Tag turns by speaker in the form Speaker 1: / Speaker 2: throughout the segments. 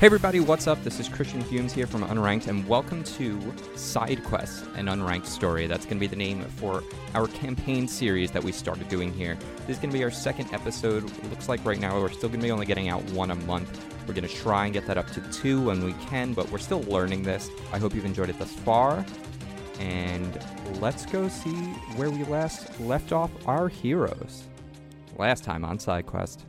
Speaker 1: Hey everybody, what's up? This is Christian Humes here from Unranked, and welcome to Side Quest, an Unranked Story. That's going to be the name for our campaign series that we started doing here. This is going to be our second episode. It looks like right now we're still going to be only getting out one a month. We're going to try and get that up to two when we can, but we're still learning this. I hope you've enjoyed it thus far, and let's go see where we last left off our heroes. Last time on Side Quest.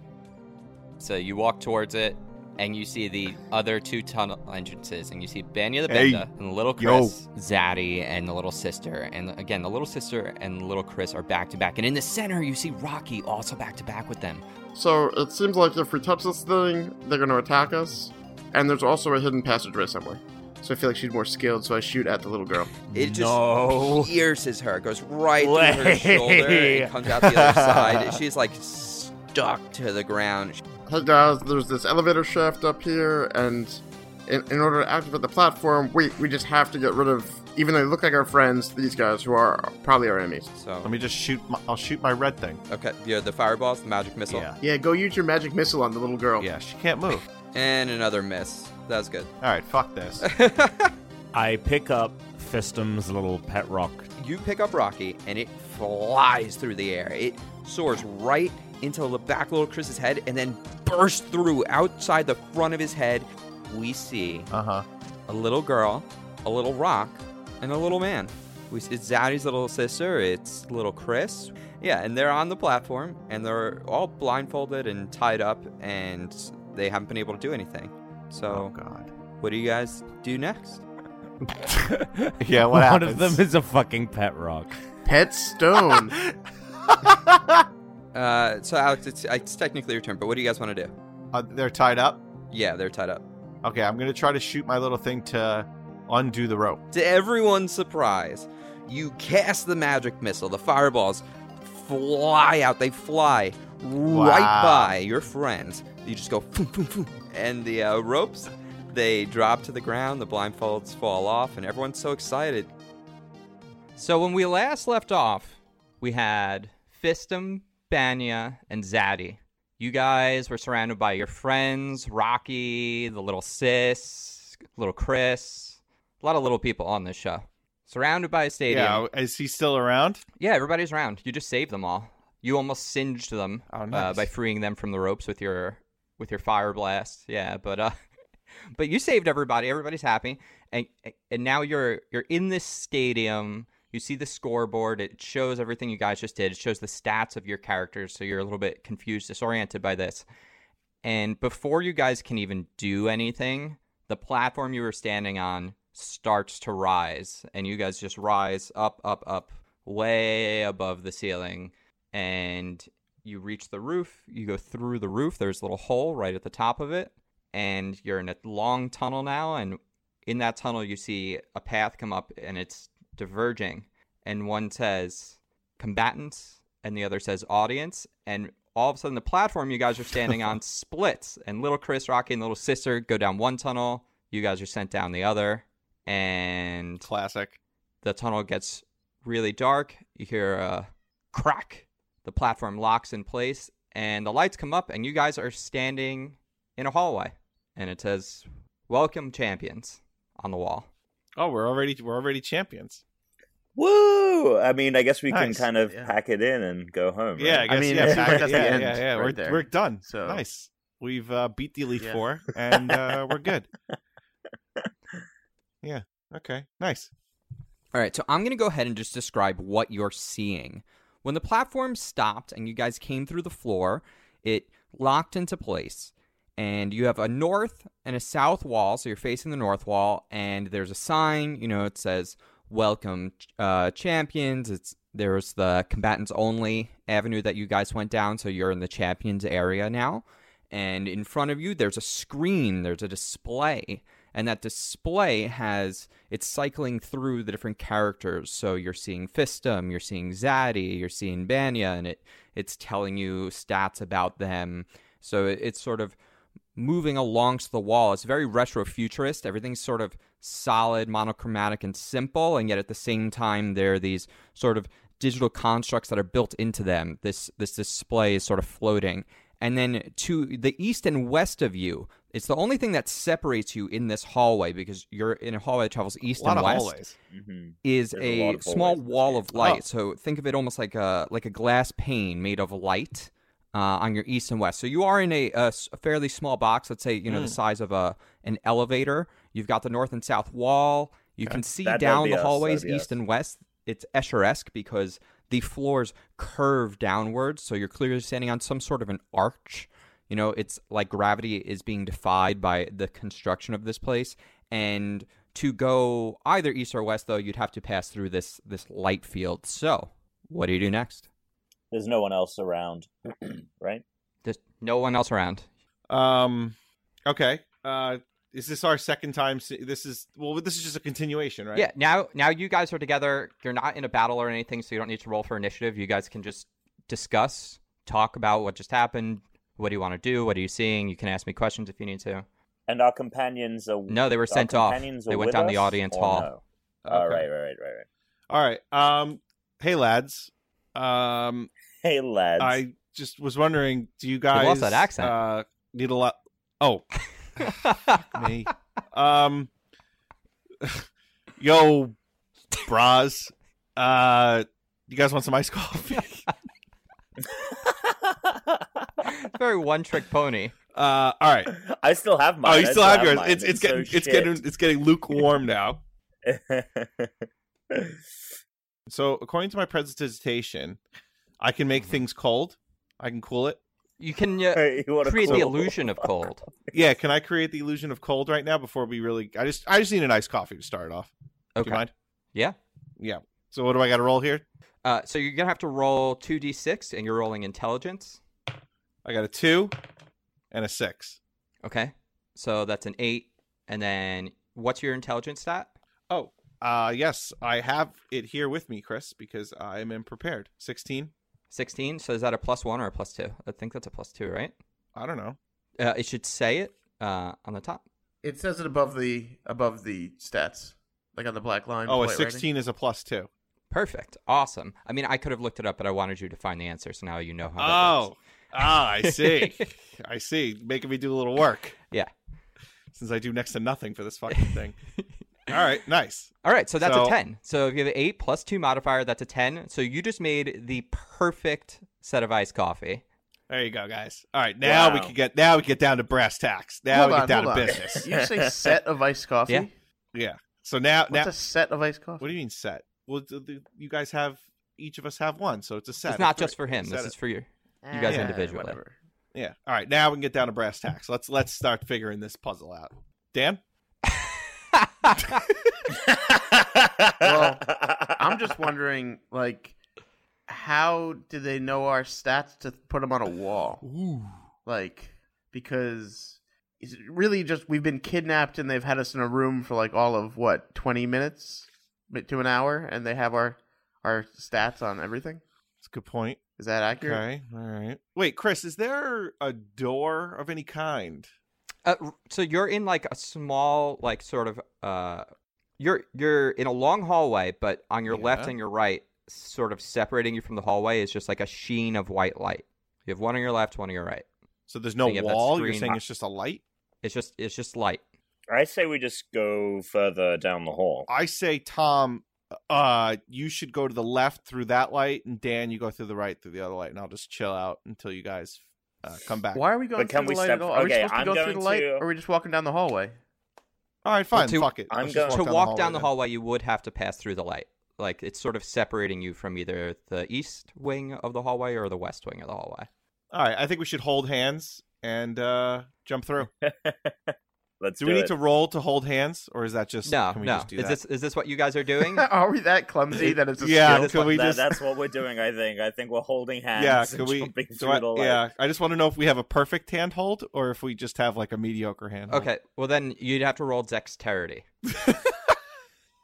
Speaker 2: So you walk towards it, and you see the other two tunnel entrances, and you see Banya the
Speaker 3: Hey,
Speaker 2: Benda and little
Speaker 3: yo.
Speaker 2: Chris, Zaddy, and the little sister. And again, the little sister and little Chris are back to back, and in the center you see Rocky also back to back with them.
Speaker 4: So it seems like if we touch this thing, they're going to attack us. And there's also a hidden passageway somewhere. So I feel like she's more skilled, so I shoot at the little girl.
Speaker 5: It just
Speaker 3: No.
Speaker 5: pierces her, goes right through her
Speaker 3: Way.
Speaker 5: shoulder, and comes out the other side. She's like stuck to the ground.
Speaker 4: Hey guys, there's this elevator shaft up here, and in, in order to activate the platform, we, we just have to get rid of, even though they look like our friends, these guys who are probably our enemies.
Speaker 5: So,
Speaker 3: Let me just shoot. My, I'll shoot my red thing.
Speaker 5: okay, yeah, the fireballs, the magic missile,
Speaker 3: Yeah.
Speaker 4: Yeah, go use your magic missile on the little girl.
Speaker 3: Yeah, she can't move.
Speaker 5: and another miss. That's good.
Speaker 3: All right, fuck this.
Speaker 6: I pick up Fistum's little pet rock.
Speaker 5: You pick up Rocky, and it flies through the air. It soars right into the back of little Chris's head, and then bursts through outside the front of his head. We see
Speaker 3: Uh huh.
Speaker 5: a little girl, a little rock, and a little man. We, it's Zaddy's little sister. It's little Chris. Yeah, and they're on the platform, and they're all blindfolded and tied up, and they haven't been able to do anything.
Speaker 3: Oh
Speaker 5: So,
Speaker 3: god.
Speaker 5: what do you guys do next?
Speaker 3: Yeah, what
Speaker 6: One
Speaker 3: happens?
Speaker 6: of them is a fucking pet rock.
Speaker 4: Pet stone.
Speaker 5: Uh, so, Alex, it's, it's technically your turn, but what do you guys want to do?
Speaker 3: Uh, they're tied up.
Speaker 5: Yeah, they're tied up.
Speaker 3: Okay, I'm gonna try to shoot my little thing to undo the rope.
Speaker 5: To everyone's surprise, you cast the magic missile. The fireballs fly out. They fly right
Speaker 3: Wow.
Speaker 5: by your friends. You just go, foom, foom, foom. and the uh, ropes they drop to the ground. The blindfolds fall off, and everyone's so excited.
Speaker 1: So when we last left off, we had Fistum, Banya, and Zaddy. You guys were surrounded by your friends, Rocky, the little sis, little Chris, a lot of little people on this show. Surrounded by a stadium.
Speaker 3: Yeah, is he still around?
Speaker 1: Yeah, everybody's around. You just saved them all. You almost singed them
Speaker 3: Oh,
Speaker 1: uh,
Speaker 3: nice.
Speaker 1: by freeing them from the ropes with your with your fire blast. Yeah, but uh, but you saved everybody. Everybody's happy, and and now you're you're in this stadium. You see the scoreboard. It shows everything you guys just did. It shows the stats of your characters. So you're a little bit confused, disoriented by this. And before you guys can even do anything, the platform you were standing on starts to rise, and you guys just rise up, up, up, way above the ceiling. And you reach the roof, you go through the roof, there's a little hole right at the top of it, and you're in a long tunnel now. And in that tunnel, you see a path come up, and it's diverging. And one says, combatants and the other says audience and all of a sudden the platform you guys are standing on splits and little chris rocky and little sister go down one tunnel you guys are sent down the other and
Speaker 3: Classic.
Speaker 1: the tunnel gets really dark you hear a crack the platform locks in place and the lights come up and you guys are standing in a hallway and it says welcome champions on the wall
Speaker 3: Oh, we're already we're already champions.
Speaker 7: Woo! I mean, I guess we
Speaker 3: Nice.
Speaker 7: can kind of
Speaker 3: Yeah.
Speaker 7: pack it in and go home.
Speaker 3: Yeah, I
Speaker 7: right?
Speaker 3: guess.
Speaker 8: I mean,
Speaker 3: yeah,
Speaker 8: that's
Speaker 3: yeah,
Speaker 8: right-
Speaker 3: yeah,
Speaker 8: that's the
Speaker 3: yeah,
Speaker 8: end
Speaker 3: yeah, yeah.
Speaker 8: right
Speaker 3: we're
Speaker 8: there.
Speaker 3: we're done.
Speaker 8: So-
Speaker 3: nice. We've uh, beat the elite
Speaker 8: Yeah.
Speaker 3: four, and uh, we're good. yeah. Okay. Nice.
Speaker 1: All right, so I'm going to go ahead and just describe what you're seeing. When the platform stopped and you guys came through the floor, it locked into place. And you have a north and a south wall, so you're facing the north wall, and there's a sign, you know, it says welcome uh, champions. It's there's the combatants only avenue that you guys went down, so you're in the champions area now. And in front of you there's a screen, there's a display and that display has it's cycling through the different characters so you're seeing fistum you're seeing zaddy you're seeing banya and it it's telling you stats about them so it, it's sort of moving along to the wall it's very retro futurist everything's sort of solid monochromatic and simple and yet at the same time there are these sort of digital constructs that are built into them this this display is sort of floating and then to the east and west of you
Speaker 2: It's the only thing that separates you in this hallway because you're in a hallway that travels east
Speaker 3: a lot
Speaker 2: and
Speaker 3: of
Speaker 2: west.
Speaker 3: hallways.
Speaker 7: hmm
Speaker 2: Is
Speaker 7: There's a
Speaker 2: a,
Speaker 7: lot of
Speaker 2: small
Speaker 7: hallways in this
Speaker 2: wall
Speaker 7: game.
Speaker 2: of light. So think of it almost like a like a glass pane made of light uh, on your east and west. So you are in a, a s- a fairly small box. Let's say you know the size of a an elevator. You've got the north and south wall. You can see
Speaker 7: That- that'd
Speaker 2: down
Speaker 7: be
Speaker 2: the
Speaker 7: us,
Speaker 2: hallways
Speaker 7: that'd be
Speaker 2: east
Speaker 7: us.
Speaker 2: and west. It's Escher-esque because the floors curve downwards, so you're clearly standing on some sort of an arch. You know, it's like gravity is being defied by the construction of this place. And to go either east or west, though, you'd have to pass through this this light field. So, what do you do next?
Speaker 7: There's no one else around, right?
Speaker 1: There's no one else around.
Speaker 3: Um, okay. Uh, is this our second time? See- this is well. This is just a continuation, right?
Speaker 1: Yeah, now now you guys are together. You're not in a battle or anything, so you don't need to roll for initiative. You guys can just discuss, talk about what just happened. What do you want to do? What are you seeing? You can ask me questions if you need to.
Speaker 7: And our companions are
Speaker 1: No, they were
Speaker 7: our
Speaker 1: sent off.
Speaker 7: companions are
Speaker 1: They went
Speaker 7: with
Speaker 1: down the
Speaker 7: us,
Speaker 1: audience
Speaker 7: or
Speaker 1: hall.
Speaker 7: No?
Speaker 3: Okay.
Speaker 7: All right, right, right, right, right.
Speaker 3: All right. Um, hey lads. Um,
Speaker 7: Hey lads,
Speaker 3: I just was wondering, do you
Speaker 1: lost
Speaker 3: guys
Speaker 1: that accent.
Speaker 3: Uh, need a lot? Oh, me. Um, yo, bras. Uh, you guys want some iced coffee?
Speaker 1: Very one trick pony.
Speaker 3: Uh, all right.
Speaker 7: I still have mine.
Speaker 3: oh, you
Speaker 7: I
Speaker 3: still have
Speaker 7: have
Speaker 3: yours.
Speaker 7: mine.
Speaker 3: It's it's
Speaker 7: so
Speaker 3: getting it's getting it's getting lukewarm now.
Speaker 7: shit.
Speaker 3: So according to my presentation, I can make things cold. I can cool it.
Speaker 1: You can uh,
Speaker 7: Hey, you wanna
Speaker 1: create the
Speaker 7: cool?
Speaker 1: illusion of cold.
Speaker 3: Yeah, can I create the illusion of cold right now before we really? I just I just need an iced coffee to start it off. Do
Speaker 1: Okay.
Speaker 3: you mind?
Speaker 1: Yeah.
Speaker 3: Yeah. So what do I got to roll here?
Speaker 1: Uh, so you're gonna have to roll two d six, and you're rolling intelligence.
Speaker 3: I got a two and a six.
Speaker 1: Okay. So that's an eight, and then what's your intelligence stat?
Speaker 3: Oh, uh, yes, I have it here with me, Chris, because I am prepared. Sixteen.
Speaker 1: Sixteen. So is that a plus one or a plus two? I think that's a plus two, right?
Speaker 3: I don't know.
Speaker 1: Uh, it should say it uh, on the top.
Speaker 4: It says it above the above the stats, like on the black line.
Speaker 3: Oh, a
Speaker 4: plate writing.
Speaker 3: sixteen is a plus two.
Speaker 1: Perfect. Awesome. I mean, I could have looked it up, but I wanted you to find the answer, so now you know how. that
Speaker 3: Oh,
Speaker 1: works.
Speaker 3: ah, I see. I see. Making me do a little work.
Speaker 1: Yeah.
Speaker 3: Since I do next to nothing for this fucking thing. All right, nice.
Speaker 1: All right, so that's
Speaker 3: So-
Speaker 1: a 10. So if you have an 8 plus 2 modifier, that's a 10. So you just made the perfect set of iced coffee.
Speaker 3: There you go, guys. All right, now we
Speaker 4: Wow.
Speaker 3: can get now we get down to brass tacks. Now
Speaker 4: Hold
Speaker 3: we get
Speaker 4: on,
Speaker 3: down to
Speaker 4: hold on.
Speaker 3: business.
Speaker 4: You say set of iced coffee.
Speaker 1: Yeah.
Speaker 3: yeah. So now
Speaker 4: What's
Speaker 3: now
Speaker 4: a set of iced coffee?
Speaker 3: what do you mean set? Well, th- th- you guys have each of us have one, so it's a set.
Speaker 1: it's not
Speaker 3: That's
Speaker 1: just
Speaker 3: right.
Speaker 1: for him.
Speaker 3: Set
Speaker 1: This
Speaker 3: it.
Speaker 1: is for you. you guys
Speaker 4: Eh,
Speaker 1: individually.
Speaker 4: whatever.
Speaker 3: Yeah. All right. Now we can get down to brass tacks. Let's let's start figuring this puzzle out. Dan.
Speaker 4: Well, I'm just wondering, like, how do they know our stats to put them on a wall? Like, because is it really just we've been kidnapped and they've had us in a room for like all of what twenty minutes Bit to an hour, and they have our our stats on everything.
Speaker 3: That's a good point.
Speaker 4: Is that accurate?
Speaker 3: Okay. All right. Wait, Chris, is there a door of any kind?
Speaker 1: Uh, r- so you're in like a small, like sort of, uh, you're you're in a long hallway, but on your left
Speaker 3: Yeah.
Speaker 1: and your right, sort of separating you from the hallway is just like a sheen of white light. You have one on your left, one on your right.
Speaker 3: So there's no
Speaker 1: So you have that
Speaker 3: wall. You're
Speaker 1: screen
Speaker 3: saying
Speaker 1: bo-
Speaker 3: it's just a light.
Speaker 1: It's just it's just light.
Speaker 7: I say we just go further down the hall.
Speaker 3: I say, Tom, uh, you should go to the left through that light, and Dan, you go through the right through the other light, and I'll just chill out until you guys uh, come back.
Speaker 4: Why are we going
Speaker 7: But can
Speaker 4: through
Speaker 7: we
Speaker 4: the light
Speaker 7: step-
Speaker 4: at all? Are we
Speaker 7: okay,
Speaker 4: supposed to
Speaker 7: I'm
Speaker 4: go through
Speaker 7: going
Speaker 4: the light,
Speaker 7: to-
Speaker 4: or are we just walking down the hallway?
Speaker 3: All right, fine.
Speaker 1: to-
Speaker 3: fuck it.
Speaker 7: I'm
Speaker 3: Let's just
Speaker 7: going-
Speaker 1: to
Speaker 3: down
Speaker 1: walk
Speaker 3: the
Speaker 1: down the
Speaker 3: hallway
Speaker 1: hallway, you would have to pass through the light. Like it's sort of separating you from either the east wing of the hallway or the west wing of the hallway.
Speaker 3: then. All right, I think we should hold hands and uh, jump through.
Speaker 7: Let's
Speaker 3: Do
Speaker 7: do,
Speaker 3: we need
Speaker 7: it.
Speaker 3: to roll to hold hands, or is that just
Speaker 1: No,
Speaker 3: Can we
Speaker 1: no.
Speaker 3: just do
Speaker 1: Is
Speaker 3: that?
Speaker 1: this is this what you guys are doing?
Speaker 4: are we that clumsy that it's a
Speaker 3: yeah,
Speaker 4: skill?
Speaker 3: can we
Speaker 7: That-
Speaker 3: just?
Speaker 7: That's what we're doing. I think. I think we're holding hands.
Speaker 3: yeah,
Speaker 7: and
Speaker 3: can we?
Speaker 7: jumping
Speaker 3: do
Speaker 7: through
Speaker 3: I-
Speaker 7: the light.
Speaker 3: yeah, I just want to know if we have a perfect handhold or if we just have like a mediocre handhold.
Speaker 1: okay, well then you'd have to roll dexterity.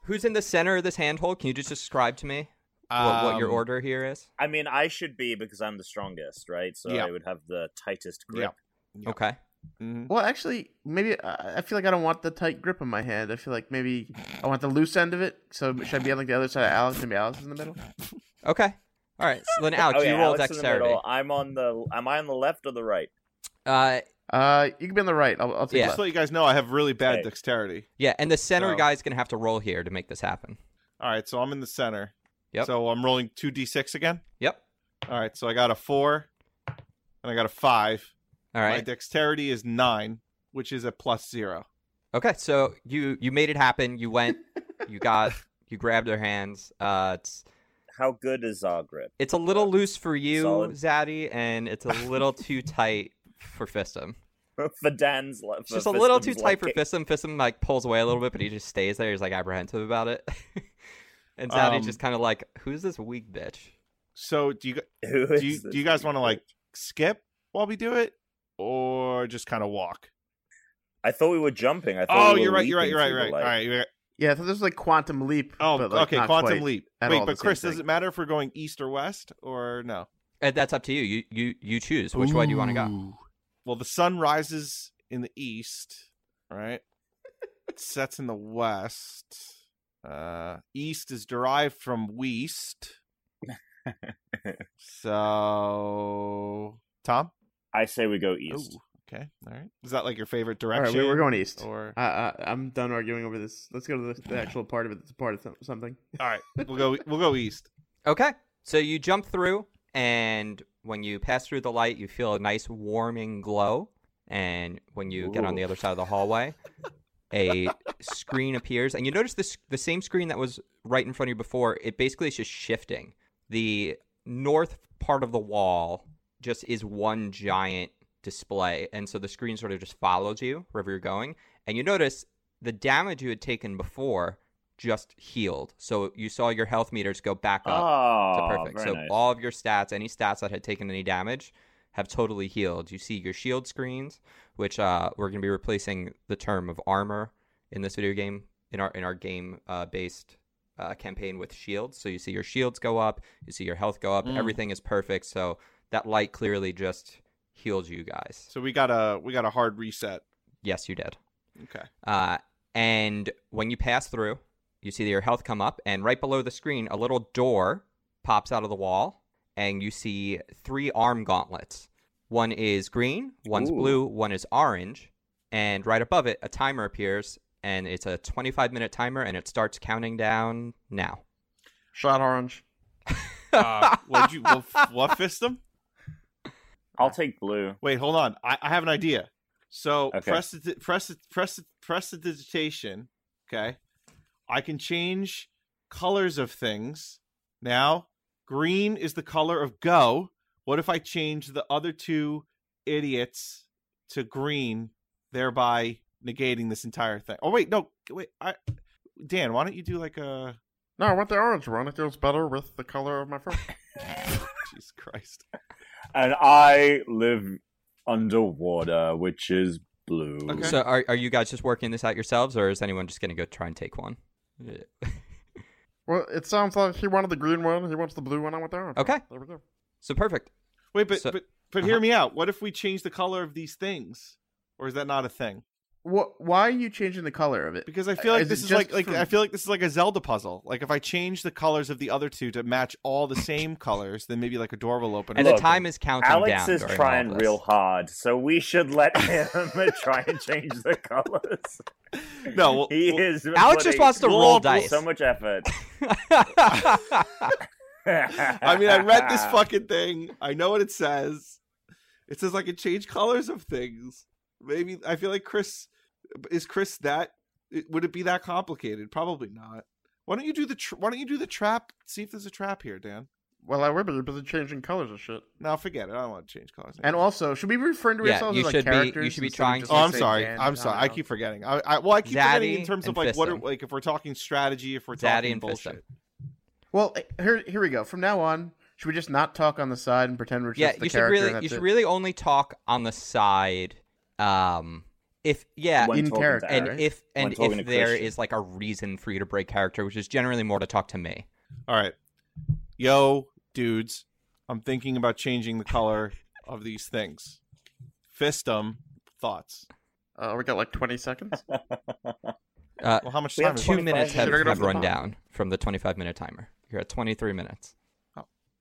Speaker 1: Who's in the center of this handhold? Can you just describe to me what, what your
Speaker 3: Um,
Speaker 1: order here is?
Speaker 7: I mean, I should be because I'm the strongest, right? So
Speaker 3: Yeah.
Speaker 7: I would have the tightest grip.
Speaker 3: yeah.
Speaker 1: Okay.
Speaker 3: mhm.
Speaker 4: Well, actually, maybe uh, I I feel like I don't want the tight grip on my hand. I feel like maybe I want the loose end of it. So should I be on like the other side of Alex? Maybe Alex is in the middle.
Speaker 1: Okay. All right. So then Alex,
Speaker 7: Oh, yeah,
Speaker 1: you roll
Speaker 7: Alex in the
Speaker 1: dexterity.
Speaker 7: middle. I'm on the. Am I on the left or the right?
Speaker 1: Uh,
Speaker 4: Uh, you can be on the right. I'll, I'll take
Speaker 1: Yeah.
Speaker 3: Just
Speaker 4: left.
Speaker 3: to let you guys know, I have really bad
Speaker 7: Okay.
Speaker 3: dexterity.
Speaker 1: Yeah, and the center
Speaker 3: So-
Speaker 1: guy's gonna have to roll here to make this happen.
Speaker 3: All right, so I'm in the center.
Speaker 1: Yep.
Speaker 3: So I'm rolling two d6 again.
Speaker 1: Yep.
Speaker 3: All right, so I got a four, and I got a five.
Speaker 1: All
Speaker 3: My
Speaker 1: right.
Speaker 3: dexterity is nine, which is a plus zero.
Speaker 1: Okay, so you you made it happen. You went, you got, you grabbed their hands. Uh, it's
Speaker 7: How good is our grip?
Speaker 1: it's a little loose for you,
Speaker 7: Solid.
Speaker 1: Zaddy, and it's a little too tight for Fistum.
Speaker 7: for Dan's life?
Speaker 1: It's just a little too tight for Fistum. Fistum like pulls away a little bit, but he just stays there. He's like apprehensive about it, and Zaddy
Speaker 3: Um,
Speaker 1: just kind of like, "Who's this weak bitch?"
Speaker 3: So do you gu-
Speaker 7: Who
Speaker 3: do you,
Speaker 7: is
Speaker 3: do
Speaker 7: this
Speaker 3: you guys want to
Speaker 7: people?
Speaker 3: like skip while we do it, or just kind of walk?
Speaker 7: I thought we were jumping. I thought
Speaker 3: Oh,
Speaker 7: we were
Speaker 3: you're right. You're right.
Speaker 7: leaping
Speaker 3: You're right.
Speaker 7: through the
Speaker 3: Right. All
Speaker 7: light.
Speaker 3: right. You're right.
Speaker 4: Yeah, I thought this was like quantum leap.
Speaker 3: Oh,
Speaker 4: but, like,
Speaker 3: okay.
Speaker 4: not
Speaker 3: Quantum
Speaker 4: quite.
Speaker 3: leap.
Speaker 4: at all
Speaker 3: Wait,
Speaker 4: the
Speaker 3: but
Speaker 4: same
Speaker 3: Chris,
Speaker 4: thing.
Speaker 3: does it matter if we're going east or west or no?
Speaker 1: And that's up to you. You you you choose which way do you want to go.
Speaker 3: Well, the sun rises in the east, right? it sets in the west. Uh, east is derived from west. so, Tom.
Speaker 7: I say we go east.
Speaker 3: Ooh, okay. All right. Oh. Is that like your favorite
Speaker 4: All
Speaker 3: direction?
Speaker 4: right, we- we're going east.
Speaker 3: Or
Speaker 4: I, I, I'm done arguing over this. Let's go to the, the actual part of it. That's a part of some- something.
Speaker 3: all right, we'll go. We'll go east.
Speaker 1: Okay. So you jump through, and when you pass through the light, you feel a nice warming glow. And when you get on the other side of the hallway, a screen appears, and you notice this the same screen that was right in front of you before. It basically is just shifting. The north part of the wall just is one giant display, and so the screen sort of just follows you wherever you're going. And you notice the damage you had taken before just healed. So you saw your health meters go back up to
Speaker 7: Oh,
Speaker 1: perfect.
Speaker 7: Very
Speaker 1: So
Speaker 7: nice.
Speaker 1: all of your stats, any stats that had taken any damage, have totally healed. You see your shield screens, which uh, we're going to be replacing the term of armor in this video game in our in our game uh, based uh, campaign with shields. So you see your shields go up, you see your health go up.
Speaker 3: Mm.
Speaker 1: Everything is perfect. So that light clearly just healed you guys.
Speaker 3: So we got a we got a hard reset.
Speaker 1: Yes, you did.
Speaker 3: Okay.
Speaker 1: Uh, and when you pass through, you see your health come up, and right below the screen, a little door pops out of the wall, and you see three arm gauntlets. One is green, one's
Speaker 7: Ooh.
Speaker 1: blue, one is orange, and right above it, a timer appears, and it's a 25 minute timer, and it starts counting down now.
Speaker 4: Shot orange.
Speaker 3: Uh, what you what, what fist them? uh,
Speaker 7: I'll take blue.
Speaker 3: Wait, hold on. I, I have an idea. So
Speaker 7: Okay.
Speaker 3: press the press press press the digitation. Okay, I can change colors of things. Now, green is the color of go. What if I change the other two idiots to green, thereby negating this entire thing? Oh wait, no, wait. I, Dan, why don't you do like a
Speaker 4: No, I want the orange one. It goes better with the color of my fur.
Speaker 3: Jesus Christ?
Speaker 7: And I live underwater, which is blue.
Speaker 3: Okay.
Speaker 1: So, are, are you guys just working this out yourselves, or is anyone just going to go try and take one?
Speaker 4: well, it sounds like he wanted the green one. He wants the blue one. I want the orange.
Speaker 1: Okay,
Speaker 4: one. There we go.
Speaker 1: so perfect.
Speaker 3: Wait, but
Speaker 1: So-
Speaker 3: but but
Speaker 1: uh-huh.
Speaker 3: hear me out. What if we change the color of these things, or is that not a thing?
Speaker 4: What? Why are you changing the color of it?
Speaker 3: Because I feel
Speaker 4: Uh,
Speaker 3: like
Speaker 4: is
Speaker 3: this
Speaker 4: it
Speaker 3: is like
Speaker 4: just
Speaker 3: like
Speaker 4: for-
Speaker 3: I feel like this is like a Zelda puzzle. Like if I change the colors of the other two to match all the same colors, then maybe like a door will open.
Speaker 1: And
Speaker 7: Look,
Speaker 1: the time is counting down.
Speaker 7: Alex is
Speaker 1: during all
Speaker 7: trying
Speaker 1: this.
Speaker 7: real hard, so we should let him try and change the colors.
Speaker 3: No, we'll-
Speaker 7: he
Speaker 3: we'll-
Speaker 7: is.
Speaker 1: Alex just
Speaker 7: putting
Speaker 1: wants to roll dice.
Speaker 7: So much effort.
Speaker 3: I mean, I read this fucking thing. I know what it says. It says I can change colors of things. Maybe I feel like Chris is Chris that it- would it be that complicated? Probably not. Why don't you do the tr Why don't you do the trap? See if there's a trap here, Dan.
Speaker 4: Well, I would be busy changing colors and shit.
Speaker 3: No, forget it. I don't want to change colors.
Speaker 4: And also, should we be referring to
Speaker 1: Yeah,
Speaker 4: ourselves
Speaker 1: you
Speaker 4: as
Speaker 1: should be-
Speaker 4: like
Speaker 1: you
Speaker 4: characters?
Speaker 1: should be
Speaker 4: instead of
Speaker 1: trying
Speaker 4: just,
Speaker 1: to-
Speaker 3: Oh,
Speaker 4: like,
Speaker 3: I'm
Speaker 4: saying
Speaker 3: sorry.
Speaker 4: Dan?
Speaker 3: I'm
Speaker 4: don't
Speaker 3: sorry. I
Speaker 4: know.
Speaker 3: keep forgetting. I, I well, I keep forgetting in
Speaker 1: Zaddy
Speaker 3: terms of
Speaker 1: and
Speaker 3: like what are,
Speaker 1: Fistem.
Speaker 3: like if we're talking strategy, if we're
Speaker 1: Zaddy
Speaker 3: talking
Speaker 1: and
Speaker 3: bullshit.
Speaker 1: Fistem.
Speaker 4: Well, here, here we go. From now on, should we just not talk on the side and pretend we're just
Speaker 1: yeah,
Speaker 4: the
Speaker 1: you should
Speaker 4: character?
Speaker 1: really
Speaker 4: and
Speaker 1: you should
Speaker 4: that's
Speaker 1: really only talk on the side. Um, if yeah,
Speaker 7: When
Speaker 4: in
Speaker 7: talking to
Speaker 4: character,
Speaker 1: and
Speaker 7: Eric.
Speaker 1: if and
Speaker 7: talking to
Speaker 1: if there
Speaker 7: Christian.
Speaker 1: is like a reason for you to break character, which is generally more to talk to me.
Speaker 3: All right, yo dudes, I'm thinking about changing the color of these things. Fistum thoughts.
Speaker 4: it. Uh, we got like 20 seconds.
Speaker 1: Uh,
Speaker 3: Well, how much
Speaker 7: We
Speaker 3: time?
Speaker 7: have
Speaker 3: Is
Speaker 1: two
Speaker 3: it?
Speaker 7: 25
Speaker 1: minutes have,
Speaker 4: Should I get off
Speaker 1: have
Speaker 4: the
Speaker 1: run
Speaker 4: top?
Speaker 1: down from the twenty-five minute timer. You're at twenty-three minutes.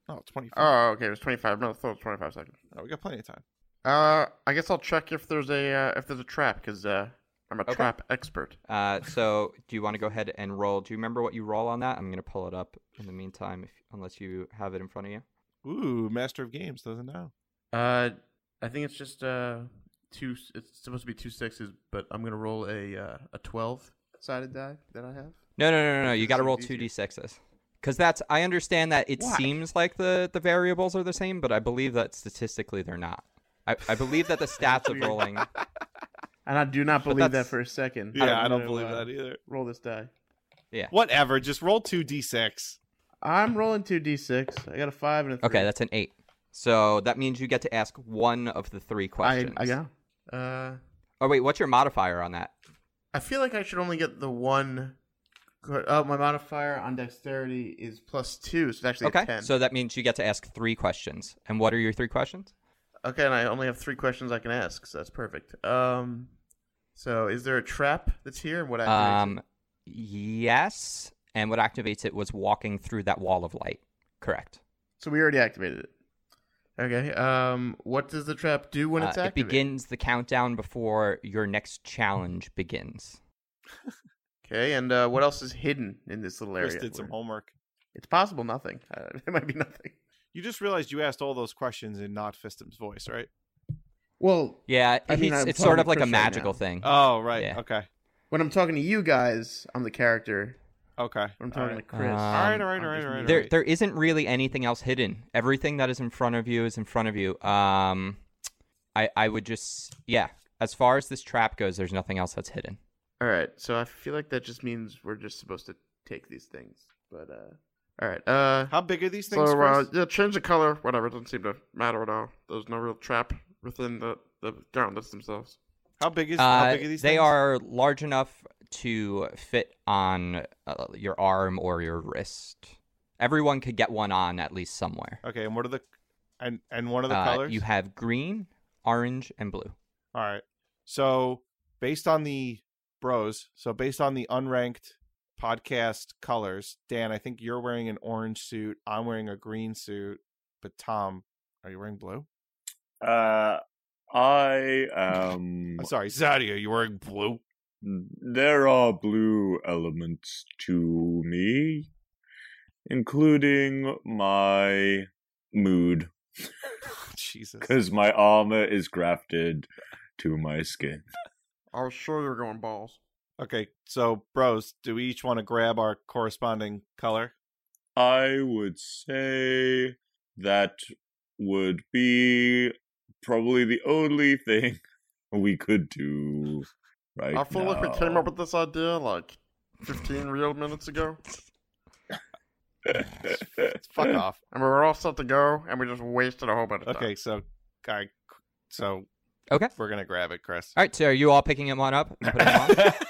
Speaker 3: Oh, 25.
Speaker 4: oh, okay. It was 25. No, I thought it was 25 seconds.
Speaker 3: Oh, we got plenty of time.
Speaker 4: Uh, I guess I'll check if there's a uh, if there's a trap because uh, I'm a
Speaker 1: Okay.
Speaker 4: trap expert.
Speaker 1: Uh, so do you want to go ahead and roll? Do you remember what you roll on that? I'm gonna pull it up in the meantime, if, unless you have it in front of you.
Speaker 3: Ooh, master of games doesn't know.
Speaker 4: Uh, I think it's just uh two. It's supposed to be two sixes, but I'm gonna roll a uh, a twelve sided die that I have.
Speaker 1: No, no, no, no, no. You
Speaker 4: It's
Speaker 1: got to
Speaker 4: so
Speaker 1: roll
Speaker 4: easy.
Speaker 1: two d sixes. Because that's I understand that it
Speaker 4: Why?
Speaker 1: seems like the the variables are the same, but I believe that statistically they're not. I, I believe that the stats of rolling.
Speaker 4: And I do not believe that
Speaker 1: that's-
Speaker 4: for a second.
Speaker 3: Yeah, I
Speaker 4: I'm
Speaker 3: don't
Speaker 4: gonna,
Speaker 3: believe
Speaker 4: uh,
Speaker 3: that either.
Speaker 4: Roll this die.
Speaker 3: Whatever, just roll two d6.
Speaker 4: I'm rolling two d6. I got a five and a three.
Speaker 1: Okay, that's an eight. So that means you get to ask one of the three
Speaker 4: I
Speaker 1: questions.
Speaker 4: I got. Uh,
Speaker 1: Oh wait, what's your modifier on that?
Speaker 4: I feel like I should only get the one. good- Oh, my modifier on dexterity is plus two, so it's actually
Speaker 1: okay,
Speaker 4: a ten.
Speaker 1: so that means you get to ask three questions. And what are your three questions?
Speaker 4: Okay, and I only have three questions I can ask, so that's perfect. Um, so is there a trap that's here? What activates
Speaker 1: Um, yes. And what activates it was walking through that wall of light. Correct.
Speaker 4: it? So we already activated it. Okay. Um, what does the trap do when
Speaker 1: Uh,
Speaker 4: it's
Speaker 1: it
Speaker 4: activated?
Speaker 1: begins the countdown before your next challenge begins.
Speaker 4: Okay, and uh, what else is hidden in this little area?
Speaker 3: Chris did some
Speaker 4: We're-
Speaker 3: homework.
Speaker 4: It's possible nothing. Uh, it might be nothing.
Speaker 3: You just realized you asked all those questions in not Fistum's voice, right?
Speaker 4: Well,
Speaker 1: Yeah,
Speaker 4: I mean,
Speaker 1: he's-
Speaker 4: I'm
Speaker 1: it's sort
Speaker 4: talking
Speaker 1: of like
Speaker 4: to
Speaker 1: a
Speaker 4: Chris right
Speaker 1: magical
Speaker 4: now.
Speaker 1: thing.
Speaker 3: Oh, right.
Speaker 1: Yeah.
Speaker 3: Okay.
Speaker 4: when I'm talking to you guys, I'm the character.
Speaker 3: Okay.
Speaker 4: When I'm talking
Speaker 3: All right.
Speaker 4: to Chris.
Speaker 1: Uh,
Speaker 3: all right,
Speaker 1: Um,
Speaker 3: all right,
Speaker 4: I'm
Speaker 3: all right,
Speaker 4: just
Speaker 3: all right.
Speaker 1: there,
Speaker 3: all right.
Speaker 1: there isn't really anything else hidden. Everything that is in front of you is in front of you. Um, I, I would just, yeah. As far as this trap goes, there's nothing else that's hidden.
Speaker 4: All right, so I feel like that just means we're just supposed to take these things. But uh, all right. Uh,
Speaker 3: How big are these
Speaker 4: so
Speaker 3: things,
Speaker 4: uh,
Speaker 3: Chris?
Speaker 4: yeah, change the color. Whatever. It doesn't seem to matter at all. There's no real trap within the the gauntlets themselves.
Speaker 3: How big is how
Speaker 1: Uh,
Speaker 3: big are these
Speaker 1: they
Speaker 3: things?
Speaker 1: are large enough to fit on uh, your arm or your wrist. Everyone could get one on at least somewhere.
Speaker 3: Okay, and what are the and and what are the
Speaker 1: Uh,
Speaker 3: colors?
Speaker 1: You have green, orange, and blue.
Speaker 3: All right. So based on the bros, so based on the unranked podcast colors, Dan, I think you're wearing an orange suit. I'm wearing a green suit. But Tom, are you wearing blue?
Speaker 7: Uh, I am.
Speaker 3: I'm sorry, Zadie, are you wearing blue?
Speaker 7: There are blue elements to me, including my mood,
Speaker 3: Jesus.
Speaker 7: because my armor is grafted to my skin.
Speaker 4: I was sure they were going balls.
Speaker 3: Okay, so bros, do we each want to grab our corresponding color?
Speaker 7: I would say that would be probably the only thing we could do right
Speaker 4: I feel
Speaker 7: now.
Speaker 4: like we came up with this idea like 15 real minutes ago,
Speaker 3: Fuck off.
Speaker 4: and we were all set to go, and we just wasted a whole bunch of time.
Speaker 3: Okay, so guy, so
Speaker 1: Okay.
Speaker 3: we're gonna grab it, Chris.
Speaker 1: All right, so are you all picking one up? and putting 'em on?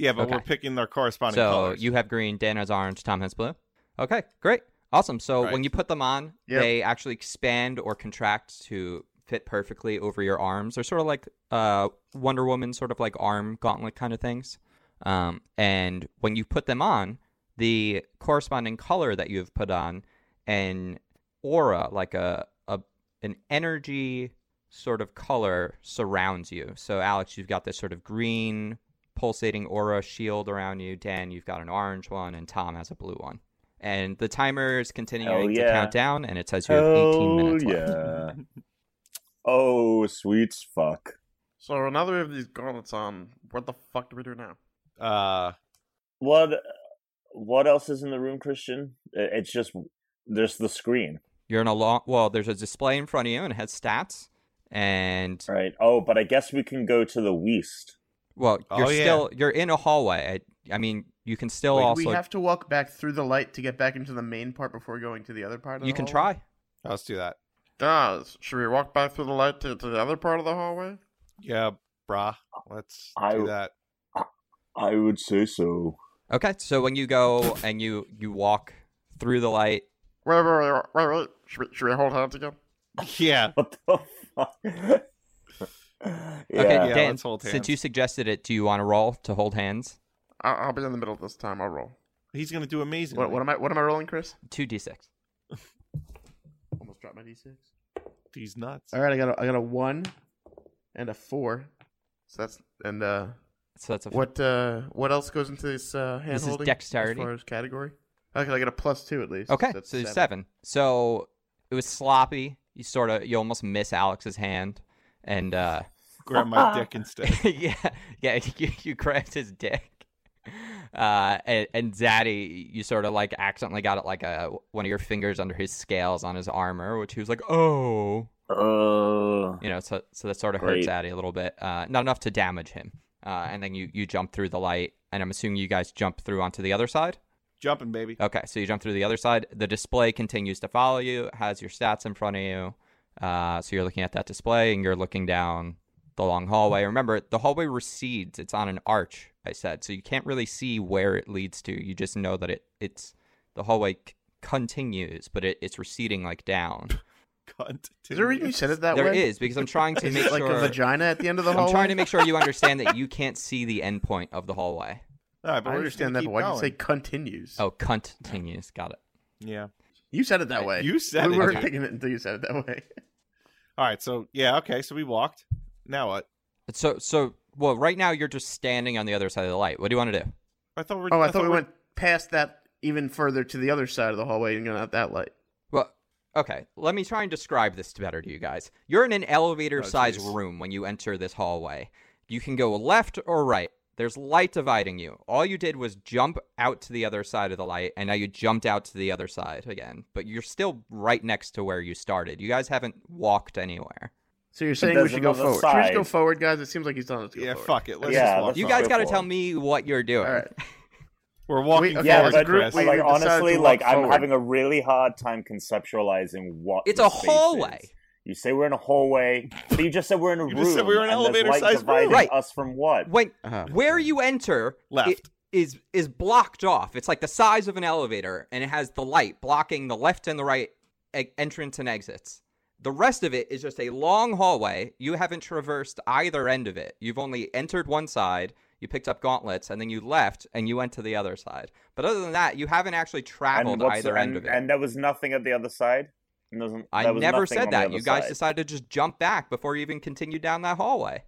Speaker 3: Yeah, but we're
Speaker 1: Okay.
Speaker 3: picking their corresponding
Speaker 1: so
Speaker 3: colors.
Speaker 1: you have green, Dan has orange, Tom has blue. Okay, great, awesome. So
Speaker 3: Right.
Speaker 1: when you put them on,
Speaker 4: Yep.
Speaker 1: they actually expand or contract to fit perfectly over your arms. They're sort of like uh, Wonder Woman, sort of like arm gauntlet kind of things. Um, and when you put them on, the corresponding color that you have put on, an aura, like a, a an energy sort of color surrounds you. So Alex, you've got this sort of green pulsating aura shield around you. Dan, you've got an orange one, and Tom has a blue one. And the timer is continuing to
Speaker 7: yeah.
Speaker 1: count down, and it says you have 18
Speaker 7: Hell
Speaker 1: minutes left.
Speaker 7: yeah. oh, sweet fuck.
Speaker 4: So now that we have these gauntlets on, what the fuck do we do now?
Speaker 3: uh,
Speaker 8: What what else is in the room, Christian? I- It's just there's the screen,
Speaker 1: You're in a long. Well, there's a display in front of you, and it has stats. And
Speaker 8: right? Oh, but I guess we can go to the west.
Speaker 1: well,
Speaker 3: Oh,
Speaker 1: you're
Speaker 3: yeah.
Speaker 1: still you're in a hallway. I, I mean, you can still
Speaker 4: Wait, do
Speaker 1: also
Speaker 4: we have to walk back through the light to get back into the main part before going to the other part. Of the
Speaker 1: you can
Speaker 4: hallway?
Speaker 1: try.
Speaker 3: let's do that.
Speaker 4: Guys, should we walk back through the light to, to the other part of the hallway?
Speaker 3: Yeah, brah. Let's
Speaker 7: I-
Speaker 3: do that.
Speaker 7: I would say so.
Speaker 1: Okay, so when you go and you you walk through the light,
Speaker 4: Wait, wait, wait, wait, wait. Should we, should we hold hands again?
Speaker 3: Yeah.
Speaker 8: What the fuck? yeah.
Speaker 1: Okay,
Speaker 3: Yeah,
Speaker 1: Dan,
Speaker 3: let's hold hands.
Speaker 1: since you suggested it, do you want to roll to hold hands?
Speaker 4: I'll, I'll be in the middle this time. I'll roll.
Speaker 3: He's gonna do amazing.
Speaker 4: What, what am I? What am I rolling, Chris?
Speaker 1: Two d6.
Speaker 4: Almost dropped my d6.
Speaker 3: He's nuts.
Speaker 4: All right, I got a, I got a one and a four. So that's and uh
Speaker 1: So that's a
Speaker 4: what uh what else goes into this uh hand
Speaker 1: This is
Speaker 4: holding
Speaker 1: dexterity.
Speaker 4: as far as category? Okay, I got a plus two at least.
Speaker 1: Okay,
Speaker 4: That's
Speaker 1: so seven. seven. So it was sloppy. You sort of you almost miss Alex's hand, and uh,
Speaker 3: Grab my dick instead.
Speaker 1: yeah, yeah, you, you grabbed his dick. Uh, and, and Zaddy, you sort of like accidentally got it like a one of your fingers under his scales on his armor, which he was like, oh,
Speaker 9: Oh,
Speaker 1: you know, so so that sort of hurts
Speaker 9: Great.
Speaker 1: Zaddy a little bit. Uh, not enough to damage him. Uh, and then you you jump through the light, and I'm assuming you guys jump through onto the other side.
Speaker 3: Jumping, baby.
Speaker 1: Okay, so you jump through the other side. The display continues to follow you, it has your stats in front of you. Uh, so you're looking at that display and you're looking down the long hallway. Remember, the hallway recedes. It's on an arch, I said. So you can't really see where it leads to. You just know that it it's the hallway c- continues, but it, it's receding like down.
Speaker 3: Cunt.
Speaker 4: Is there a reason you said it that
Speaker 1: There
Speaker 4: way?
Speaker 1: is because I'm trying to
Speaker 4: Is
Speaker 1: make
Speaker 4: it like
Speaker 1: sure
Speaker 4: a vagina at the end of the hallway?
Speaker 1: I'm trying to make sure you understand that you can't see the end point of the hallway.
Speaker 3: All right, but
Speaker 4: I
Speaker 3: we're just
Speaker 4: understand that, but
Speaker 3: gonna
Speaker 4: why
Speaker 3: keep
Speaker 4: did you say
Speaker 3: going.
Speaker 4: continues?
Speaker 1: Oh, continues. Got it.
Speaker 3: Yeah.
Speaker 4: you said it that way.
Speaker 3: You said
Speaker 4: we
Speaker 3: it.
Speaker 4: weren't
Speaker 3: dude.
Speaker 4: thinking it until you said it that way.
Speaker 3: All right, so yeah, okay, so we walked. Now what?
Speaker 1: So so well, right now you're just standing on the other side of the light. What do you want to do?
Speaker 3: I thought we. Were,
Speaker 4: Oh, I thought we
Speaker 3: were-
Speaker 4: went past that even further to the other side of the hallway and going out that light.
Speaker 1: Well, okay. Let me try and describe this better to you guys. You're in an elevator
Speaker 4: Oh,
Speaker 1: sized room when you enter this hallway. You can go left or right. There's light dividing you. All you did was jump out to the other side of the light, and now you jumped out to the other side again. But you're still right next to where you started. You guys haven't walked anywhere.
Speaker 4: So you're saying we
Speaker 9: doesn't
Speaker 4: should go
Speaker 9: know the
Speaker 4: forward? Should we just go
Speaker 9: side.
Speaker 4: forward, guys? It seems like he's telling us to go
Speaker 3: Yeah,
Speaker 4: forward.
Speaker 3: fuck it. Let's
Speaker 9: Yeah,
Speaker 3: just walk.
Speaker 9: let's
Speaker 1: You
Speaker 9: Oh,
Speaker 1: guys
Speaker 9: go
Speaker 1: got to
Speaker 9: for
Speaker 1: tell
Speaker 9: it.
Speaker 1: me what you're doing.
Speaker 4: All right.
Speaker 3: We're walking
Speaker 4: We- okay,
Speaker 9: yeah,
Speaker 3: forward,
Speaker 4: as
Speaker 9: but
Speaker 4: group,
Speaker 3: Chris.
Speaker 4: we
Speaker 9: like
Speaker 4: decided to
Speaker 9: honestly,
Speaker 4: walk
Speaker 9: like I'm
Speaker 4: forward.
Speaker 9: having a really hard time conceptualizing what
Speaker 1: It's
Speaker 9: this
Speaker 1: a
Speaker 9: space
Speaker 1: hallway.
Speaker 9: is. You say we're in a hallway, but you just said we're in a
Speaker 3: You
Speaker 9: room.
Speaker 3: just said we were in an
Speaker 9: and there's
Speaker 3: elevator-sized
Speaker 9: light
Speaker 3: room.
Speaker 9: dividing
Speaker 1: Right.
Speaker 9: Us from what?
Speaker 1: When
Speaker 4: Uh-huh.
Speaker 1: where you enter
Speaker 3: Left.
Speaker 1: it is is blocked off. It's like the size of an elevator, and it has the light blocking the left and the right e- entrance and exits. The rest of it is just a long hallway. You haven't traversed either end of it. You've only entered one side. You picked up gauntlets, and then you left, and you went to the other side. But other than that, you haven't actually traveled
Speaker 9: And what's
Speaker 1: either end
Speaker 9: and,
Speaker 1: of it.
Speaker 9: and there was nothing at the other side. And there was-
Speaker 1: I
Speaker 9: there was
Speaker 1: never
Speaker 9: nothing on
Speaker 1: said
Speaker 9: the
Speaker 1: that.
Speaker 9: other
Speaker 1: You guys
Speaker 9: side.
Speaker 1: decided to just jump back before you even continued down that hallway.